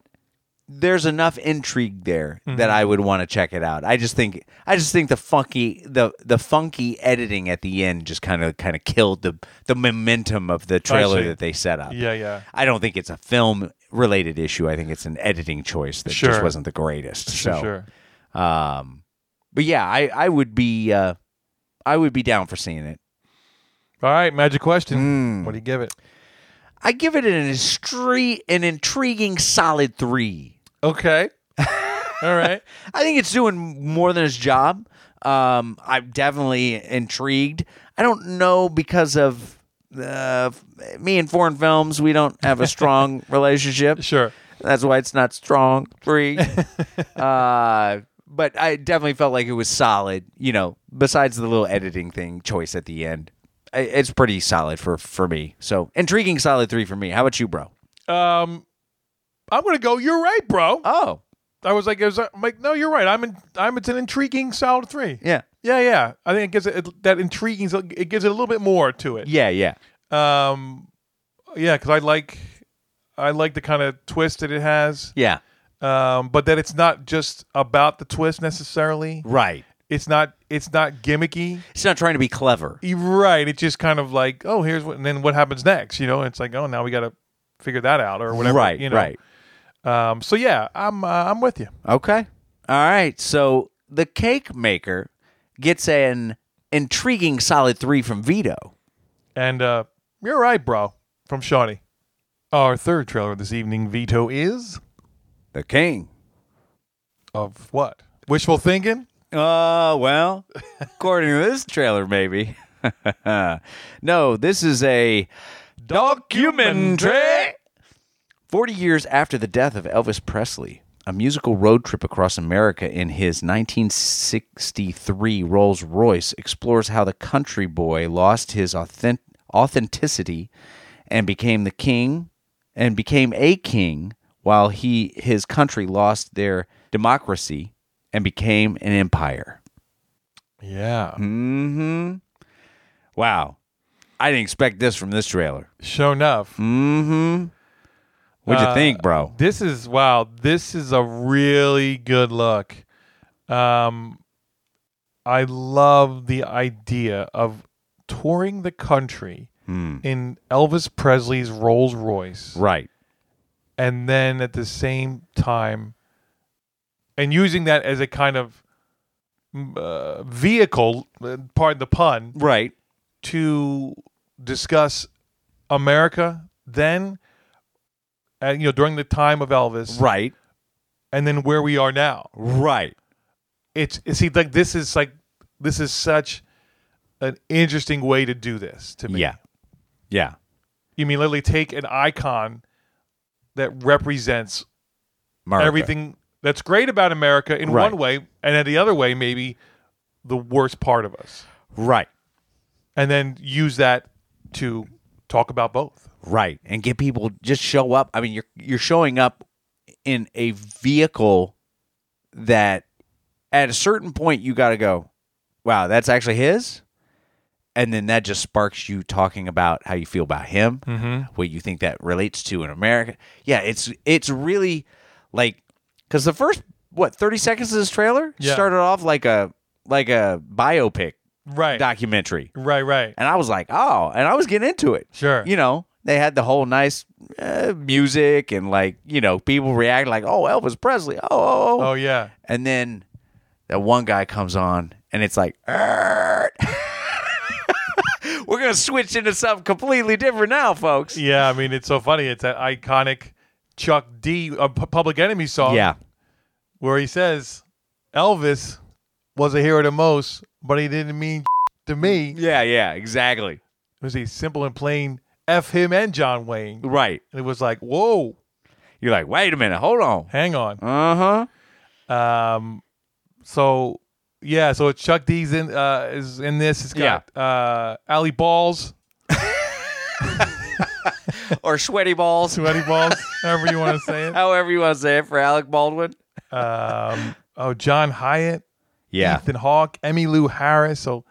C: there's enough intrigue there
B: Mm-hmm.
C: that I would want to check it out. I just think, I just think the funky, the the funky editing at the end just kind of kind of killed the the momentum of the trailer
B: see.
C: that they set up.
B: Yeah, yeah.
C: I don't think it's a film related issue. I think it's an editing choice that
B: Sure.
C: just wasn't the greatest. so,
B: Sure.
C: um, but yeah, I, I would be, uh, I would be down for seeing it.
B: All right, magic
C: Mm.
B: question. What do you give it?
C: I give it an instri- an intriguing solid three.
B: Okay. all right.
C: I think it's doing more than its job. Um, I'm definitely intrigued. I don't know because of uh, me and foreign films, we don't have a strong relationship.
B: Sure.
C: That's why it's not strong three. uh, but I definitely felt like it was solid. You know, besides the little editing thing choice at the end, I- it's pretty solid for for me. So intriguing, solid three for me. How about you, bro?
B: Um, I'm going to go. You're right, bro.
C: Oh,
B: I was like, it was, I'm like, no, you're right. I'm in, I'm. It's an intriguing solid three.
C: yeah,
B: Yeah, yeah. I think it gives it, it that intriguing. It gives it a little bit more to it.
C: yeah, yeah.
B: Um, yeah, because I like, I like the kind of twist that it has.
C: Yeah,
B: Um, but that it's not just about the twist necessarily.
C: right.
B: It's not. It's not gimmicky.
C: It's not trying to be clever.
B: You're right. It's just kind of like, oh, here's what, and then what happens next? You know, it's like, oh, now we got to figure that out or whatever.
C: right,
B: You know?
C: right.
B: Um. So yeah, I'm. Uh, I'm with you.
C: Okay. All right. So the cake maker gets an intriguing solid three from Vito.
B: And uh, you're right, bro. From Shawnee. Our third trailer this evening, Veto is
C: The king.
B: of what? Wishful thinking.
C: Uh, well, according to this trailer, maybe. no, this is a documentary. 40 years after the death of Elvis Presley, a musical road trip across America in his 1963 Rolls Royce explores how the country boy lost his authentic- authenticity and became the king and became a king while he his country lost their democracy and became an empire.
B: Yeah.
C: Mm-hmm. Wow. I didn't expect this from this trailer.
B: Sure enough.
C: Mm-hmm. What'd you
B: Uh,
C: think, bro?
B: This is wow. This is a really good look. Um, I love the idea of touring the country in Elvis Presley's Rolls Royce,
C: Hmm. Right.
B: and then at the same time, and using that as a kind of mm, uh, vehicle, uh, pardon the pun,
C: Right.
B: to discuss America then, and you know during the time of Elvis,
C: Right.
B: and then where we are now.
C: Right.
B: It's it seems like this is like this is such an interesting way to do this to me.
C: Yeah. Yeah.
B: you mean literally take an icon that represents
C: America.
B: everything that's great about America in
C: Right.
B: one way, and in the other way, maybe the worst part of us,
C: Right.
B: and then use that to talk about both.
C: Right. And get people just show up. I mean, you're you're showing up in a vehicle that at a certain point you got to go, wow, that's actually his. And then that just sparks you talking about how you feel about him,
B: Mm-hmm.
C: what you think that relates to in America. Yeah, it's it's really like because the first what thirty seconds of this trailer
B: Yeah.
C: started off like a like a biopic
B: Right.
C: documentary.
B: Right, right.
C: And I was like, oh, and I was getting into it.
B: Sure.
C: You know, they had the whole nice uh, music and like, you know, people react like, oh, Elvis Presley. Oh, oh, oh.
B: Oh yeah.
C: And then that one guy comes on and it's like, "Err." we're going to switch into something completely different now, folks.
B: Yeah, I mean it's so funny. It's that iconic Chuck D uh, P- Public Enemy song
C: Yeah.
B: where he says Elvis was a hero to most, but he didn't mean to me. It
C: Yeah, yeah, exactly.
B: was a simple and plain F him and John Wayne.
C: Right.
B: And it was like, whoa,
C: You're like, wait a minute, hold on.
B: hang on.
C: Uh huh.
B: Um, so yeah, so it's Chuck D's in uh, is in this. It's got uh, Alley Balls,
C: Or sweaty balls,
B: Sweaty Balls, however you want to say it.
C: however you want to say it for Alec Baldwin.
B: Um, oh, John Hyatt,
C: Yeah.
B: Ethan Hawke, Emmy Lou Harris. So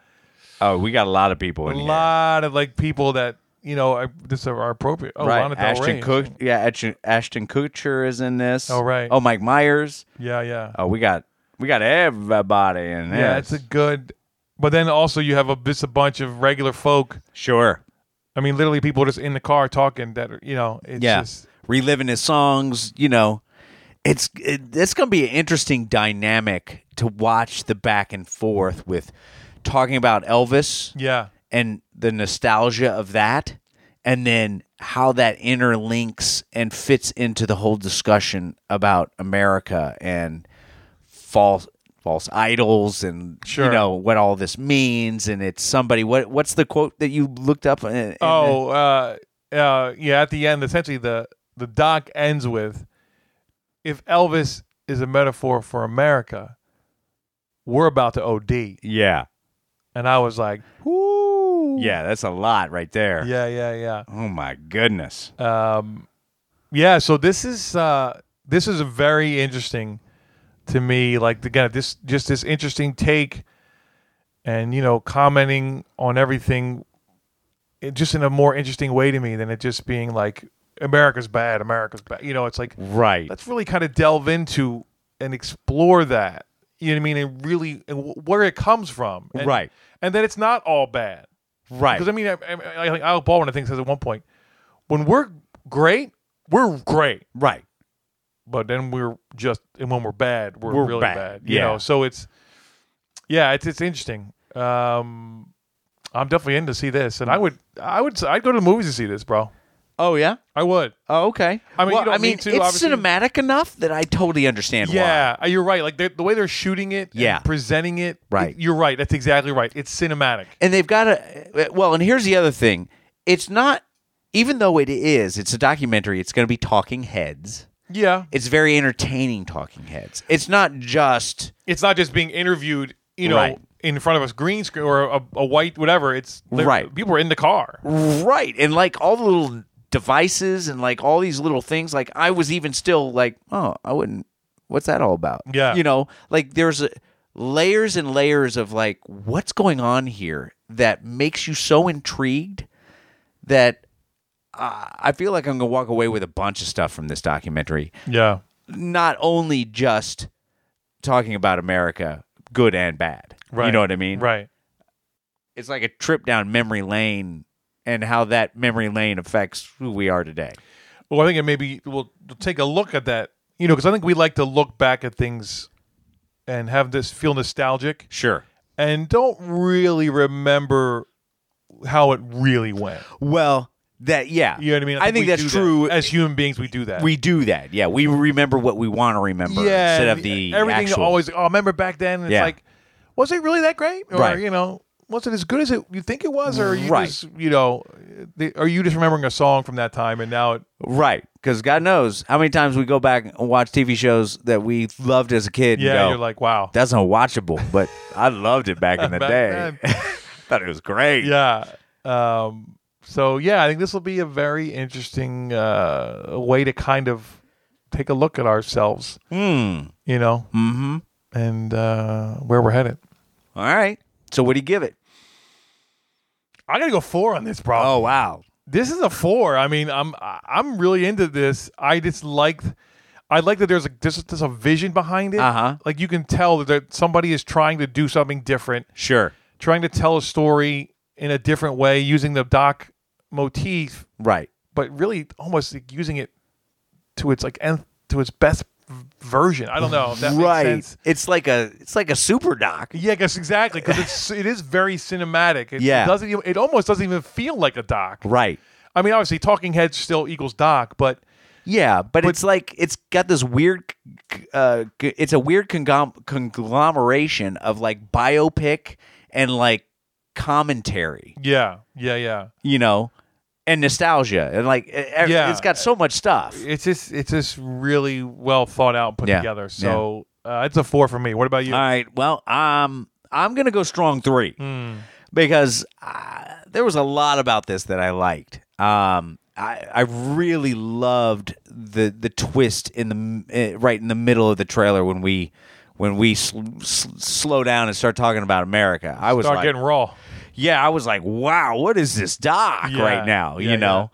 C: Oh, we got a lot of people
B: a
C: in here.
B: lot of like people that you know are, this are, are appropriate. Oh, Lana Del
C: Ashton
B: Rey.
C: Cook. Yeah, Ashton, Ashton Kutcher is in this.
B: Oh, right.
C: Oh, Mike Myers.
B: Yeah, yeah,
C: Oh, we got we got everybody in this.
B: yeah. It's a good. But then also you have a just a bunch of regular folk.
C: sure.
B: I mean, literally people just in the car talking. That are, you know, it's
C: Yeah,
B: just
C: reliving his songs. You know, it's it, it's going to be an interesting dynamic to watch the back and forth with talking about Elvis
B: yeah,
C: and the nostalgia of that, and then how that interlinks and fits into the whole discussion about America and false false idols and you
B: Sure.
C: know what all this means and it's somebody what what's the quote that you looked up in, in the-
B: Oh, uh, uh, yeah. At the end, essentially, the the doc ends with, "If Elvis is a metaphor for America, we're about to OD."
C: yeah
B: And I was like, "Whoo!"
C: yeah that's a lot right there
B: yeah, yeah,
C: oh my goodness
B: yeah. Um, yeah. So this is uh, this is a very interesting to me. Like again, this just this interesting take, and you know, commenting on everything it just in a more interesting way to me than it just being like America's bad, America's bad. You know, it's like
C: right
B: let's really kind of delve into and explore that. You know what I mean? And really and wh- where it comes from, and,
C: Right.
B: And that it's not all bad,
C: right
B: Because I mean, I, I, I think Alec Baldwin I think says at one point, when we're great, we're great,
C: right
B: but then we're just and when we're bad, we're,
C: We're
B: really
C: bad,
B: bad. You
C: yeah.
B: know, so it's yeah, it's it's interesting. Um, I'm definitely in to see this, and I would I would I'd go to the movies to see this, bro.
C: oh yeah
B: I would.
C: oh okay
B: I mean, you
C: Well,
B: don't
C: I mean
B: need to,
C: it's
B: obviously.
C: cinematic enough that I totally understand why
B: Yeah, Uh, you're right. Like they're- the way they're shooting it, and
C: Yeah.
B: presenting it,
C: Right.
B: You're right. That's exactly right. It's cinematic.
C: and they've got a well and here's the other thing it's not even though it is it's a documentary it's going to be talking heads
B: Yeah,
C: it's very entertaining talking heads it's not just
B: it's not just being interviewed. You know.
C: Right.
B: In front of a green screen or a, a white whatever, it's
C: Right.
B: People are in the car.
C: right and like all the little devices and like all these little things like i was even still like oh i wouldn't what's that all about
B: Yeah.
C: you know like there's a, layers and layers of like what's going on here that makes you so intrigued that uh, i feel like i'm gonna walk away with a bunch of stuff from this documentary
B: Yeah,
C: not only just talking about america good and bad you
B: Right.
C: know what i mean
B: right.
C: it's like a trip down memory lane and how that memory lane affects who we are today.
B: Well, I think it maybe we'll take a look at that, you know, because I think we like to look back at things and have this feel nostalgic
C: Sure.
B: and don't really remember how it really went.
C: Well, that yeah.
B: You know what I mean?
C: I, think,
B: we
C: that's
B: do that.
C: true.
B: As human beings, we do that.
C: we do that. Yeah, we remember what we want to remember instead of
B: and
C: the
B: everything
C: actual-
B: always. Oh, remember back then? It's
C: Yeah.
B: like, was it really that great? Or,
C: Right.
B: You know, was it as good as it you think it was, or are you
C: Right.
B: just you know, the, are you just remembering a song from that time and now? It,
C: right because God knows how many times we go back and watch TV shows that we loved as a kid. and
B: yeah,
C: go,
B: you're like, wow.
C: that's unwatchable, but I loved it back in the
B: Back
C: day.
B: then.
C: Thought it was great.
B: yeah. Um, so yeah, I think this will be a very interesting uh, way to kind of take a look at ourselves.
C: Hmm,
B: You know,
C: Mm.
B: mm-hmm. and uh, where we're headed.
C: All right. So what do you give it?
B: I gotta go four on this problem.
C: Oh wow.
B: this is a four. I mean, I'm I- I'm really into this. I just liked. I like that there's a there's, there's a vision behind it.
C: Uh-huh.
B: Like you can tell that somebody is trying to do something different,
C: Sure.
B: trying to tell a story in a different way using the doc motif,
C: Right.
B: but really almost like using it to its like nth, to its best v- version. I don't know. If that
C: Right.
B: Makes sense.
C: It's like a it's like a super doc.
B: Yeah, I guess exactly because it's it is very cinematic. It
C: Yeah.
B: doesn't even, it almost doesn't even feel like a doc.
C: Right.
B: I mean, obviously, Talking Heads still equals doc, but
C: Yeah, but, it's like it's got this weird. c- Uh, g- it's a weird congom- conglomeration of like biopic and like commentary,
B: Yeah, yeah, yeah.
C: you know, and nostalgia, and like e- e-
B: Yeah.
C: it's got so much stuff.
B: It's just it's just really well thought out and put
C: Yeah,
B: together. So uh, it's a four for me. What about you?
C: All right, well, um, I'm gonna go strong three
B: Hmm.
C: because uh, there was a lot about this that I liked. Um, I I really loved the the twist in the m- eh, right in the middle of the trailer when we. When we sl- sl- slow down and start talking about America, I was
B: Start
C: like,
B: getting raw.
C: yeah, I was like, wow, what is this doc
B: Yeah,
C: right now?
B: yeah,
C: you know,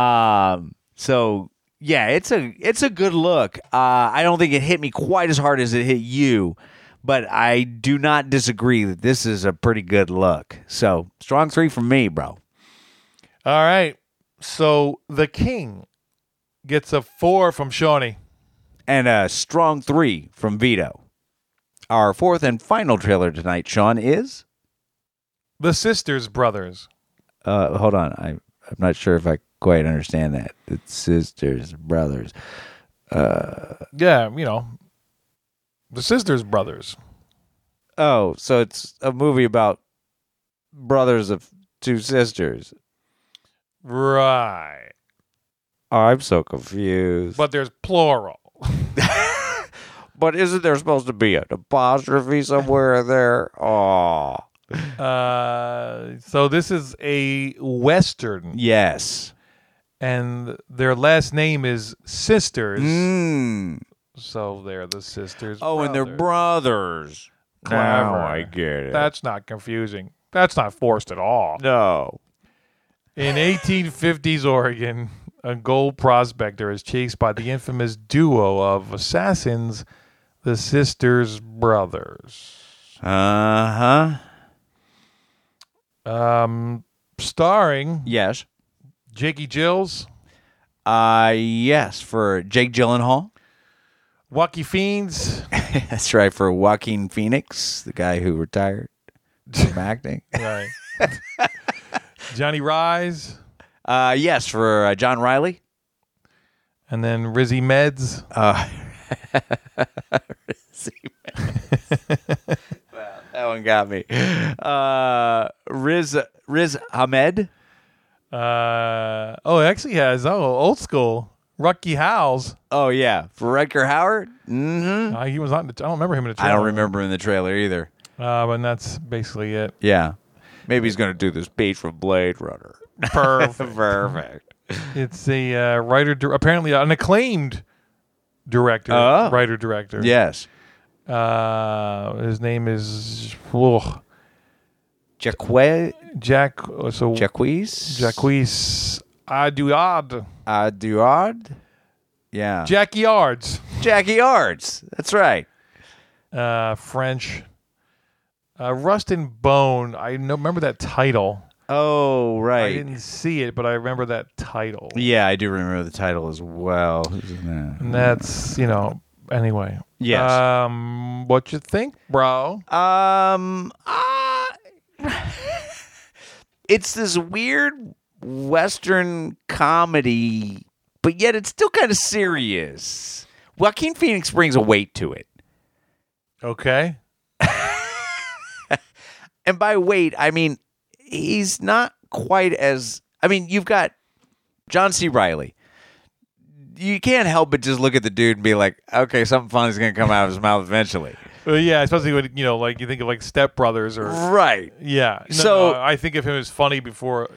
C: um, so yeah, it's a it's a good look. Uh, I don't think it hit me quite as hard as it hit you, but I do not disagree that this is a pretty good look. So strong three from me, bro.
B: All right. So the king gets a four from Shawnee.
C: and a strong three from Vito. Our fourth and final trailer tonight, Sean, is
B: The sisters brothers.
C: uh, hold on. I, I'm not sure if I quite understand that. It's sisters, brothers.
B: Yeah, you know, the sisters brothers.
C: Oh, so it's a movie about brothers of two sisters.
B: Right.
C: Oh, I'm so confused.
B: But there's plural.
D: But isn't there supposed to be an apostrophe somewhere there? Oh,
B: Uh, so this is a western,
C: yes.
B: and their last name is sisters.
D: Hmm.
C: Mm.
B: So they're the sisters.
C: Oh, and they're
B: brothers.
C: brothers.
B: Clever.
D: now I get it.
B: That's not confusing. That's not forced at all.
D: no.
B: In 1850s Oregon, a gold prospector is chased by the infamous duo of assassins, the Sisters Brothers.
C: Uh huh.
B: Um, starring
C: Yes.
B: Jakey Gills,
C: Uh, yes, for Jake Gyllenhaal.
B: Wacky Fiends,
C: That's right, for Joaquin Phoenix, the guy who retired from acting.
B: right. Johnny Rise,
C: Uh, yes, for uh, John Riley.
B: and then Rizzy Meds.
C: That one got me. Uh, Riz Riz Ahmed.
B: Uh, oh, it actually has oh old school Rocky Howes.
C: Oh yeah, for Rutger Howard. Mm-hmm.
B: Uh, he was not. In the, I don't remember him in the.
C: I
B: trailer.
C: don't remember in the trailer either.
B: Uh, but that's basically it.
C: Yeah, maybe he's gonna do this speech from Blade Runner.
B: Perfect.
C: Perfect.
B: it's a uh, writer, dir- apparently an acclaimed director,
C: Oh.
B: writer director.
C: Yes,
B: Uh, his name is ugh,
C: Jacque
B: Jack. uh, So
C: Jacquees
B: Jacques Aduard,
C: Aduard. Yeah,
B: Jack Yards,
C: Jackie Arts. That's right.
B: uh, French. Uh, Rust and Bone. I know, remember that title.
C: Oh
B: I
C: right.
B: didn't see it, but I remember that title.
C: Yeah, I do remember the title as well. Who's in that?
B: And that's you know. Anyway.
C: Yes.
B: Um, what you think, bro?
C: Um, uh, it's this weird Western comedy, but yet it's still kind of serious. Joaquin Phoenix brings a weight to it.
B: Okay.
C: And by weight, I mean, he's not quite as. I mean, you've got John C. Riley. You can't help but just look at the dude and be like, okay, something funny's going to come out of his mouth eventually.
B: Well, yeah, especially when you know, like you think of like Step Brothers or
C: Right.
B: yeah. No,
C: Uh, So-
B: no, I think of him as funny before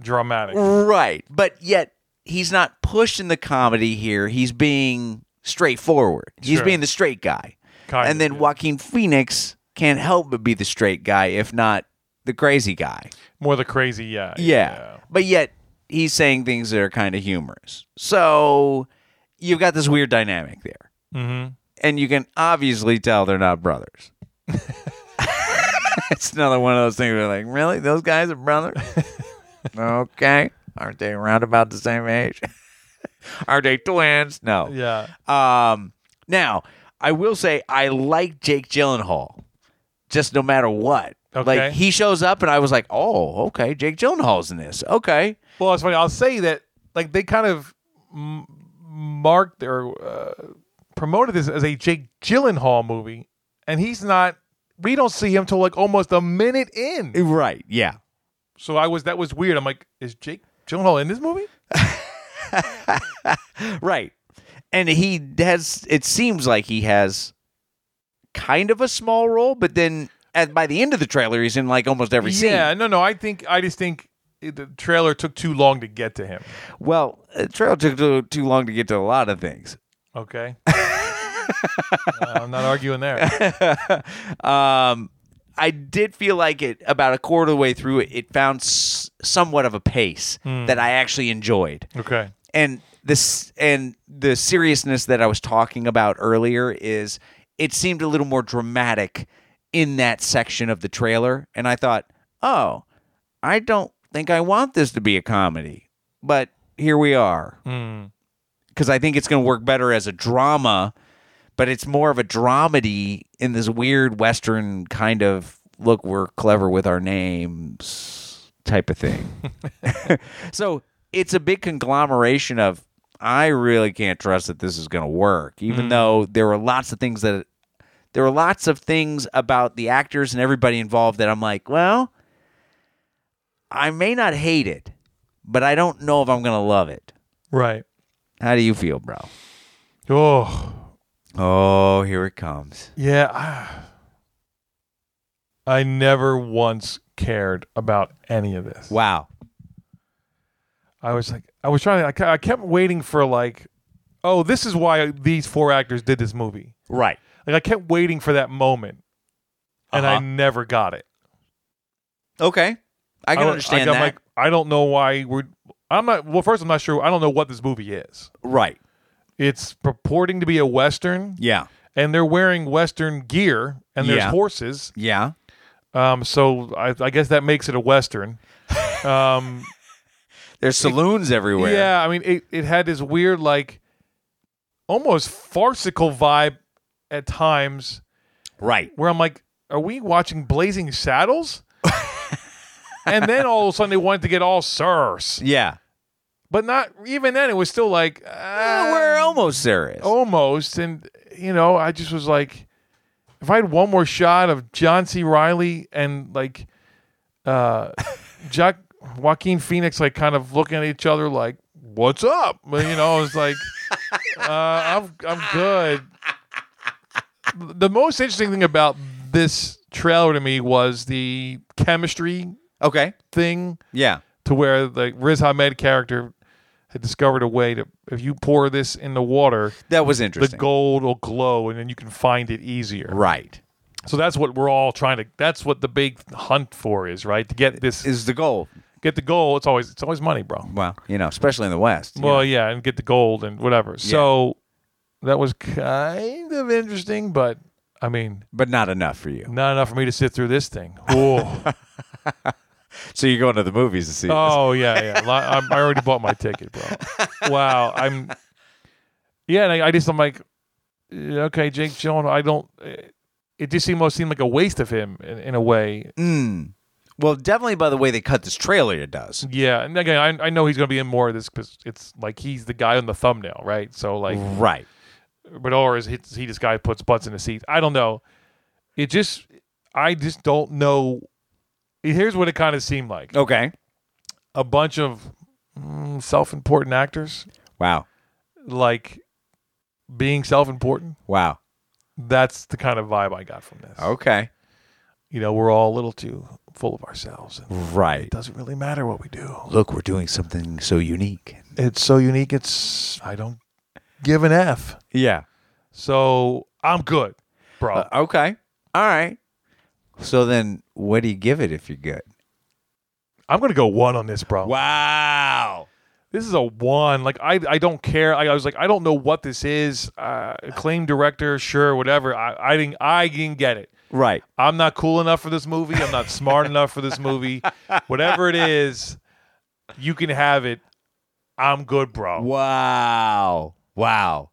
B: dramatic.
C: Right. But yet he's not pushing the comedy here. He's being straightforward. He's
B: Sure.
C: being the straight guy.
B: Kind
C: and
B: of,
C: then
B: yeah.
C: Joaquin Phoenix can't help but be the straight guy, if not the crazy guy.
B: More the crazy, yeah.
C: Yeah. But yet he's saying things that are kind of humorous. So you've got this weird dynamic there.
B: Mhm.
C: And you can obviously tell they're not brothers. it's another one of those things where like, really? Those guys are brothers? okay. Aren't they around about the same age? are they twins? No.
B: Yeah.
C: Um, now, I will say I like Jake Gyllenhaal, just no matter what.
B: Okay.
C: Like he shows up, and I was like, "Oh, okay, Jake Gyllenhaal's in this. Okay,
B: Well, it's funny. I'll say that like they kind of m- marked or uh, promoted this as a Jake Gyllenhaal movie, and he's not. We don't see him till like almost a minute in.
C: right, yeah."
B: So I was that was weird. I'm like, is Jake Gyllenhaal in this movie?
C: Right. And he has it seems like he has kind of a small role, but then at, by the end of the trailer he's in like almost every
B: Yeah.
C: scene.
B: No, no. I think I just think it- the trailer took too long to get to him.
C: Well, the trailer took too, too long to get to a lot of things.
B: Okay. I'm not arguing there.
C: Um I did feel like it about a quarter of the way through it it found s- somewhat of a pace that I actually enjoyed.
B: Okay.
C: and this and the seriousness that I was talking about earlier is it seemed a little more dramatic in that section of the trailer and I thought, "Oh, I don't think I want this to be a comedy." But here we are. Cuz I think it's going to work better as a drama, but it's more of a dramedy in this weird western kind of look we're clever with our names type of thing. So it's a big conglomeration of I really can't trust that this is going to work, even though there were lots of things that there were lots of things about the actors and everybody involved that I'm like, well, I may not hate it, but I don't know if I'm going to love it.
B: Right.
C: How do you feel, bro?
B: Oh.
C: Oh, here it comes.
B: Yeah. I- I never once cared about any of this.
C: Wow.
B: I was like, I was trying to, I ke- I kept waiting for like, oh, this is why these four actors did this movie.
C: Right.
B: Like, I kept waiting for that moment, and I
C: Uh-huh.
B: never got it.
C: Okay. Oh, I can
B: don't-
C: understand
B: I'm
C: that.
B: Like, I don't know why we're. I'm not. Well, first, I'm not sure. I don't know what this movie is.
C: right.
B: It's purporting to be a western,
C: Yeah.
B: and they're wearing western gear, and there's
C: Yeah.
B: horses.
C: Yeah.
B: Um, so I, I guess that makes it a western. Um.
C: There's saloons everywhere.
B: Yeah, I mean, it, it had this weird, like, almost farcical vibe at times
C: Right.
B: where I'm like, are we watching Blazing Saddles? and then all of a sudden they wanted to get all sirs.
C: Yeah.
B: But not even then, it was still like, uh,
C: We're almost serious.
B: almost. And, you know, I just was like, if I had one more shot of John C. Riley and, like, uh, Jack. Joaquin Phoenix, like, kind of looking at each other, like, "What's up?" Well, you know, it's like, uh, "I'm I'm good." The most interesting thing about this trailer to me was the chemistry
C: Okay.
B: thing
C: Yeah.
B: to where the Riz Ahmed character had discovered a way to if you pour this in the water,
C: That was
B: the
C: interesting.
B: gold will glow and then you can find it easier.
C: Right.
B: So that's what we're all trying to that's what the big hunt for is, right? To get this
C: Is the goal.
B: get the gold. It's always it's always money, bro.
C: Well, you know, especially in the West. you know.
B: Well, yeah, and get the gold and whatever. So that was kind of interesting, but I mean,
C: but not enough for you.
B: not enough for me to sit through this thing. Oh,
C: So you're going to the movies to see
B: oh yeah, yeah. Li- I'm, I already bought my ticket, bro. Wow, I'm. Yeah, and I, I just I'm like, yeah, okay, Jake Gyllenhaal. I don't. It, it just seemed almost seemed like a waste of him in, in a way.
C: this. Mm. Well, definitely by the way they cut this trailer, it does.
B: Yeah, and again, I, I know he's gonna be in more of this because it's like he's the guy on the thumbnail, right? So like,
C: Right.
B: but or is he, is he this guy who puts butts in the seats? I don't know. It just, I just don't know. Here's what it kind of seemed like:
C: Okay.
B: a bunch of mm, self-important actors,
C: Wow.
B: like being self-important.
C: Wow.
B: That's the kind of vibe I got from this.
C: Okay.
B: You know, we're all a little too full of ourselves. And it
C: Right.
B: doesn't really matter what we do.
C: Look, we're doing something so unique.
B: It's so unique. It's I don't give an F.
C: Yeah. Uh,
B: So I'm good, bro.
C: Okay. All right. So then, what do you give it if you're good?
B: I'm gonna go one on this, bro.
C: Wow.
B: This is a one. Like I, I don't care. I, I was like, I don't know what this is. Uh, acclaimed director, sure, whatever. I, I didn't, I didn't get it.
C: Right.
B: I'm not cool enough for this movie. I'm not smart enough for this movie. Whatever it is, you can have it. I'm good, bro. What,
C: Wow. Wow.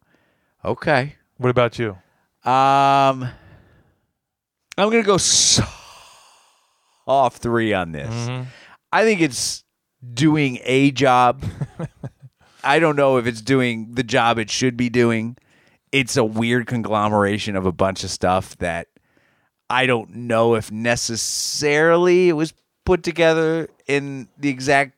C: Okay.
B: about you?
C: Um, I'm gonna go so- off three on this. I think it's doing a job. I don't know if it's doing the job it should be doing. It's a weird conglomeration of a bunch of stuff that I don't know if necessarily it was put together in the exact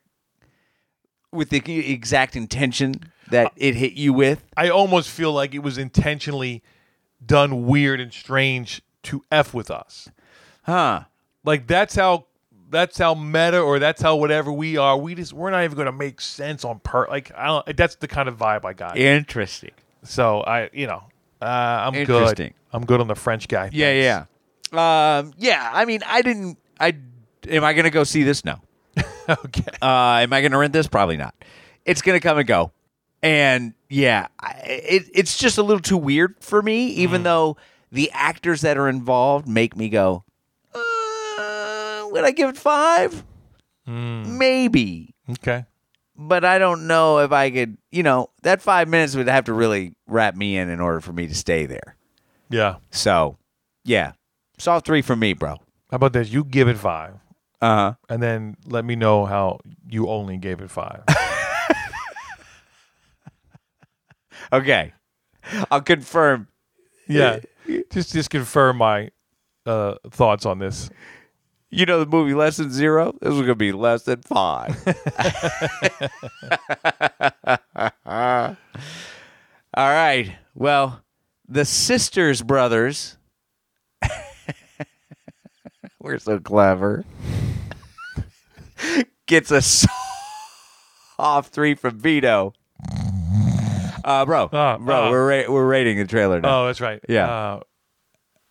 C: with the exact intention that it hit you with.
B: I almost feel like it was intentionally done weird and strange to f with us.
C: Huh.
B: Like that's how that's how meta or that's how whatever we are. We just we're not even going to make sense on per like I don't. That's the kind of vibe I got.
C: Interesting.
B: So I you know uh, I'm
C: Interesting.
B: good. I'm good on the French guy. Thanks.
C: Yeah, yeah. Um, yeah, I mean, I didn't. I am I going to go see this? No.
B: okay.
C: Uh, am I going to rent this? Probably not. It's going to come and go. And yeah, I, it, it's just a little too weird for me. Even though the actors that are involved make me go, uh, would I give it five? Maybe,
B: Okay.
C: but I don't know if I could. You know, that five minutes would have to really wrap me in in order for me to stay there.
B: Yeah.
C: So, yeah, saw three for me, bro.
B: How about this? You give it five,
C: Uh huh.
B: and then let me know how you only gave it five.
C: Okay. I'll confirm.
B: yeah. just just confirm my uh, thoughts on this.
C: You know the movie Less Than Zero? This is going to be less than five. All right. Well, the Sisters Brothers. We're so clever. Gets a off three from Vito. Uh, bro,
B: Uh,
C: bro,
B: uh.
C: we're ra- we're rating the trailer now.
B: Oh, that's right.
C: Yeah.
B: Uh,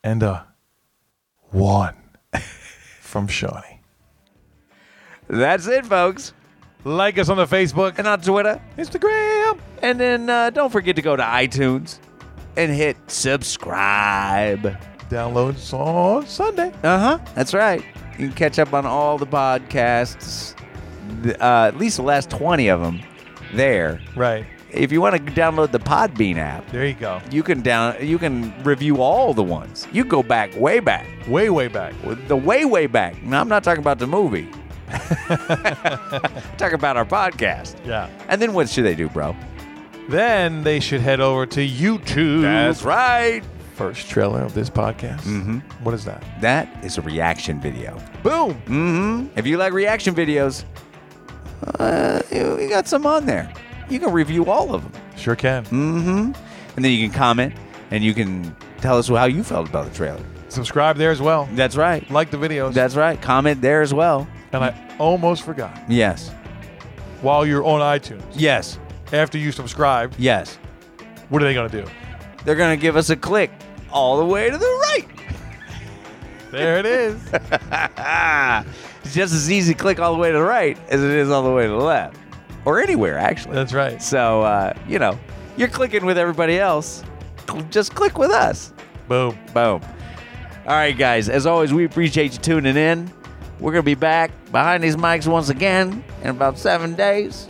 B: and uh, one from Shawnee.
C: That's it, folks.
B: Like us on the Facebook.
C: and on Twitter, Instagram. And then uh, don't forget to go to iTunes and hit subscribe.
B: Downloads on Sunday.
C: Uh huh. That's right. You can catch up on all the podcasts, th- uh, at least the last 20 of them there.
B: Right.
C: If you want to download the Podbean app,
B: There you go.
C: you can down you can review all the ones. You go back way back.
B: Way, way back.
C: The way way back. Now I'm not talking about the movie. talking about our podcast.
B: Yeah.
C: And then what should they do, bro?
B: Then they should head over to YouTube.
C: right.
B: First trailer of this podcast. Mm-hmm. is that?
C: That is a reaction video. Mm-hmm.
B: Boom.
C: If you like reaction videos, uh, we got some on there. You can review all of them.
B: Sure can.
C: And then you can comment and you can tell us how you felt about the trailer.
B: Subscribe there as well.
C: That's right.
B: Like the videos.
C: That's right. Comment there as well.
B: and I almost forgot.
C: Yes.
B: While you're on iTunes,
C: Yes.
B: after you subscribe,
C: Yes.
B: what are they going to do?
C: They're going to give us a click all the way to the right.
B: There it is.
C: It's just as easy to click all the way to the right as it is all the way to the left or anywhere, actually.
B: That's right.
C: So, uh, you know, you're clicking with everybody else. Cl- Just click with us.
B: Boom.
C: Boom. All right, guys. As always, we appreciate you tuning in. We're going to be back behind these mics once again in about seven days,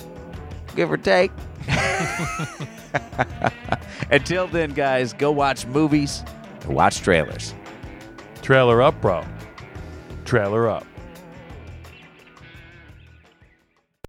C: give or take. Until then, guys, go watch movies and watch trailers.
B: Trailer up, bro. Trailer up.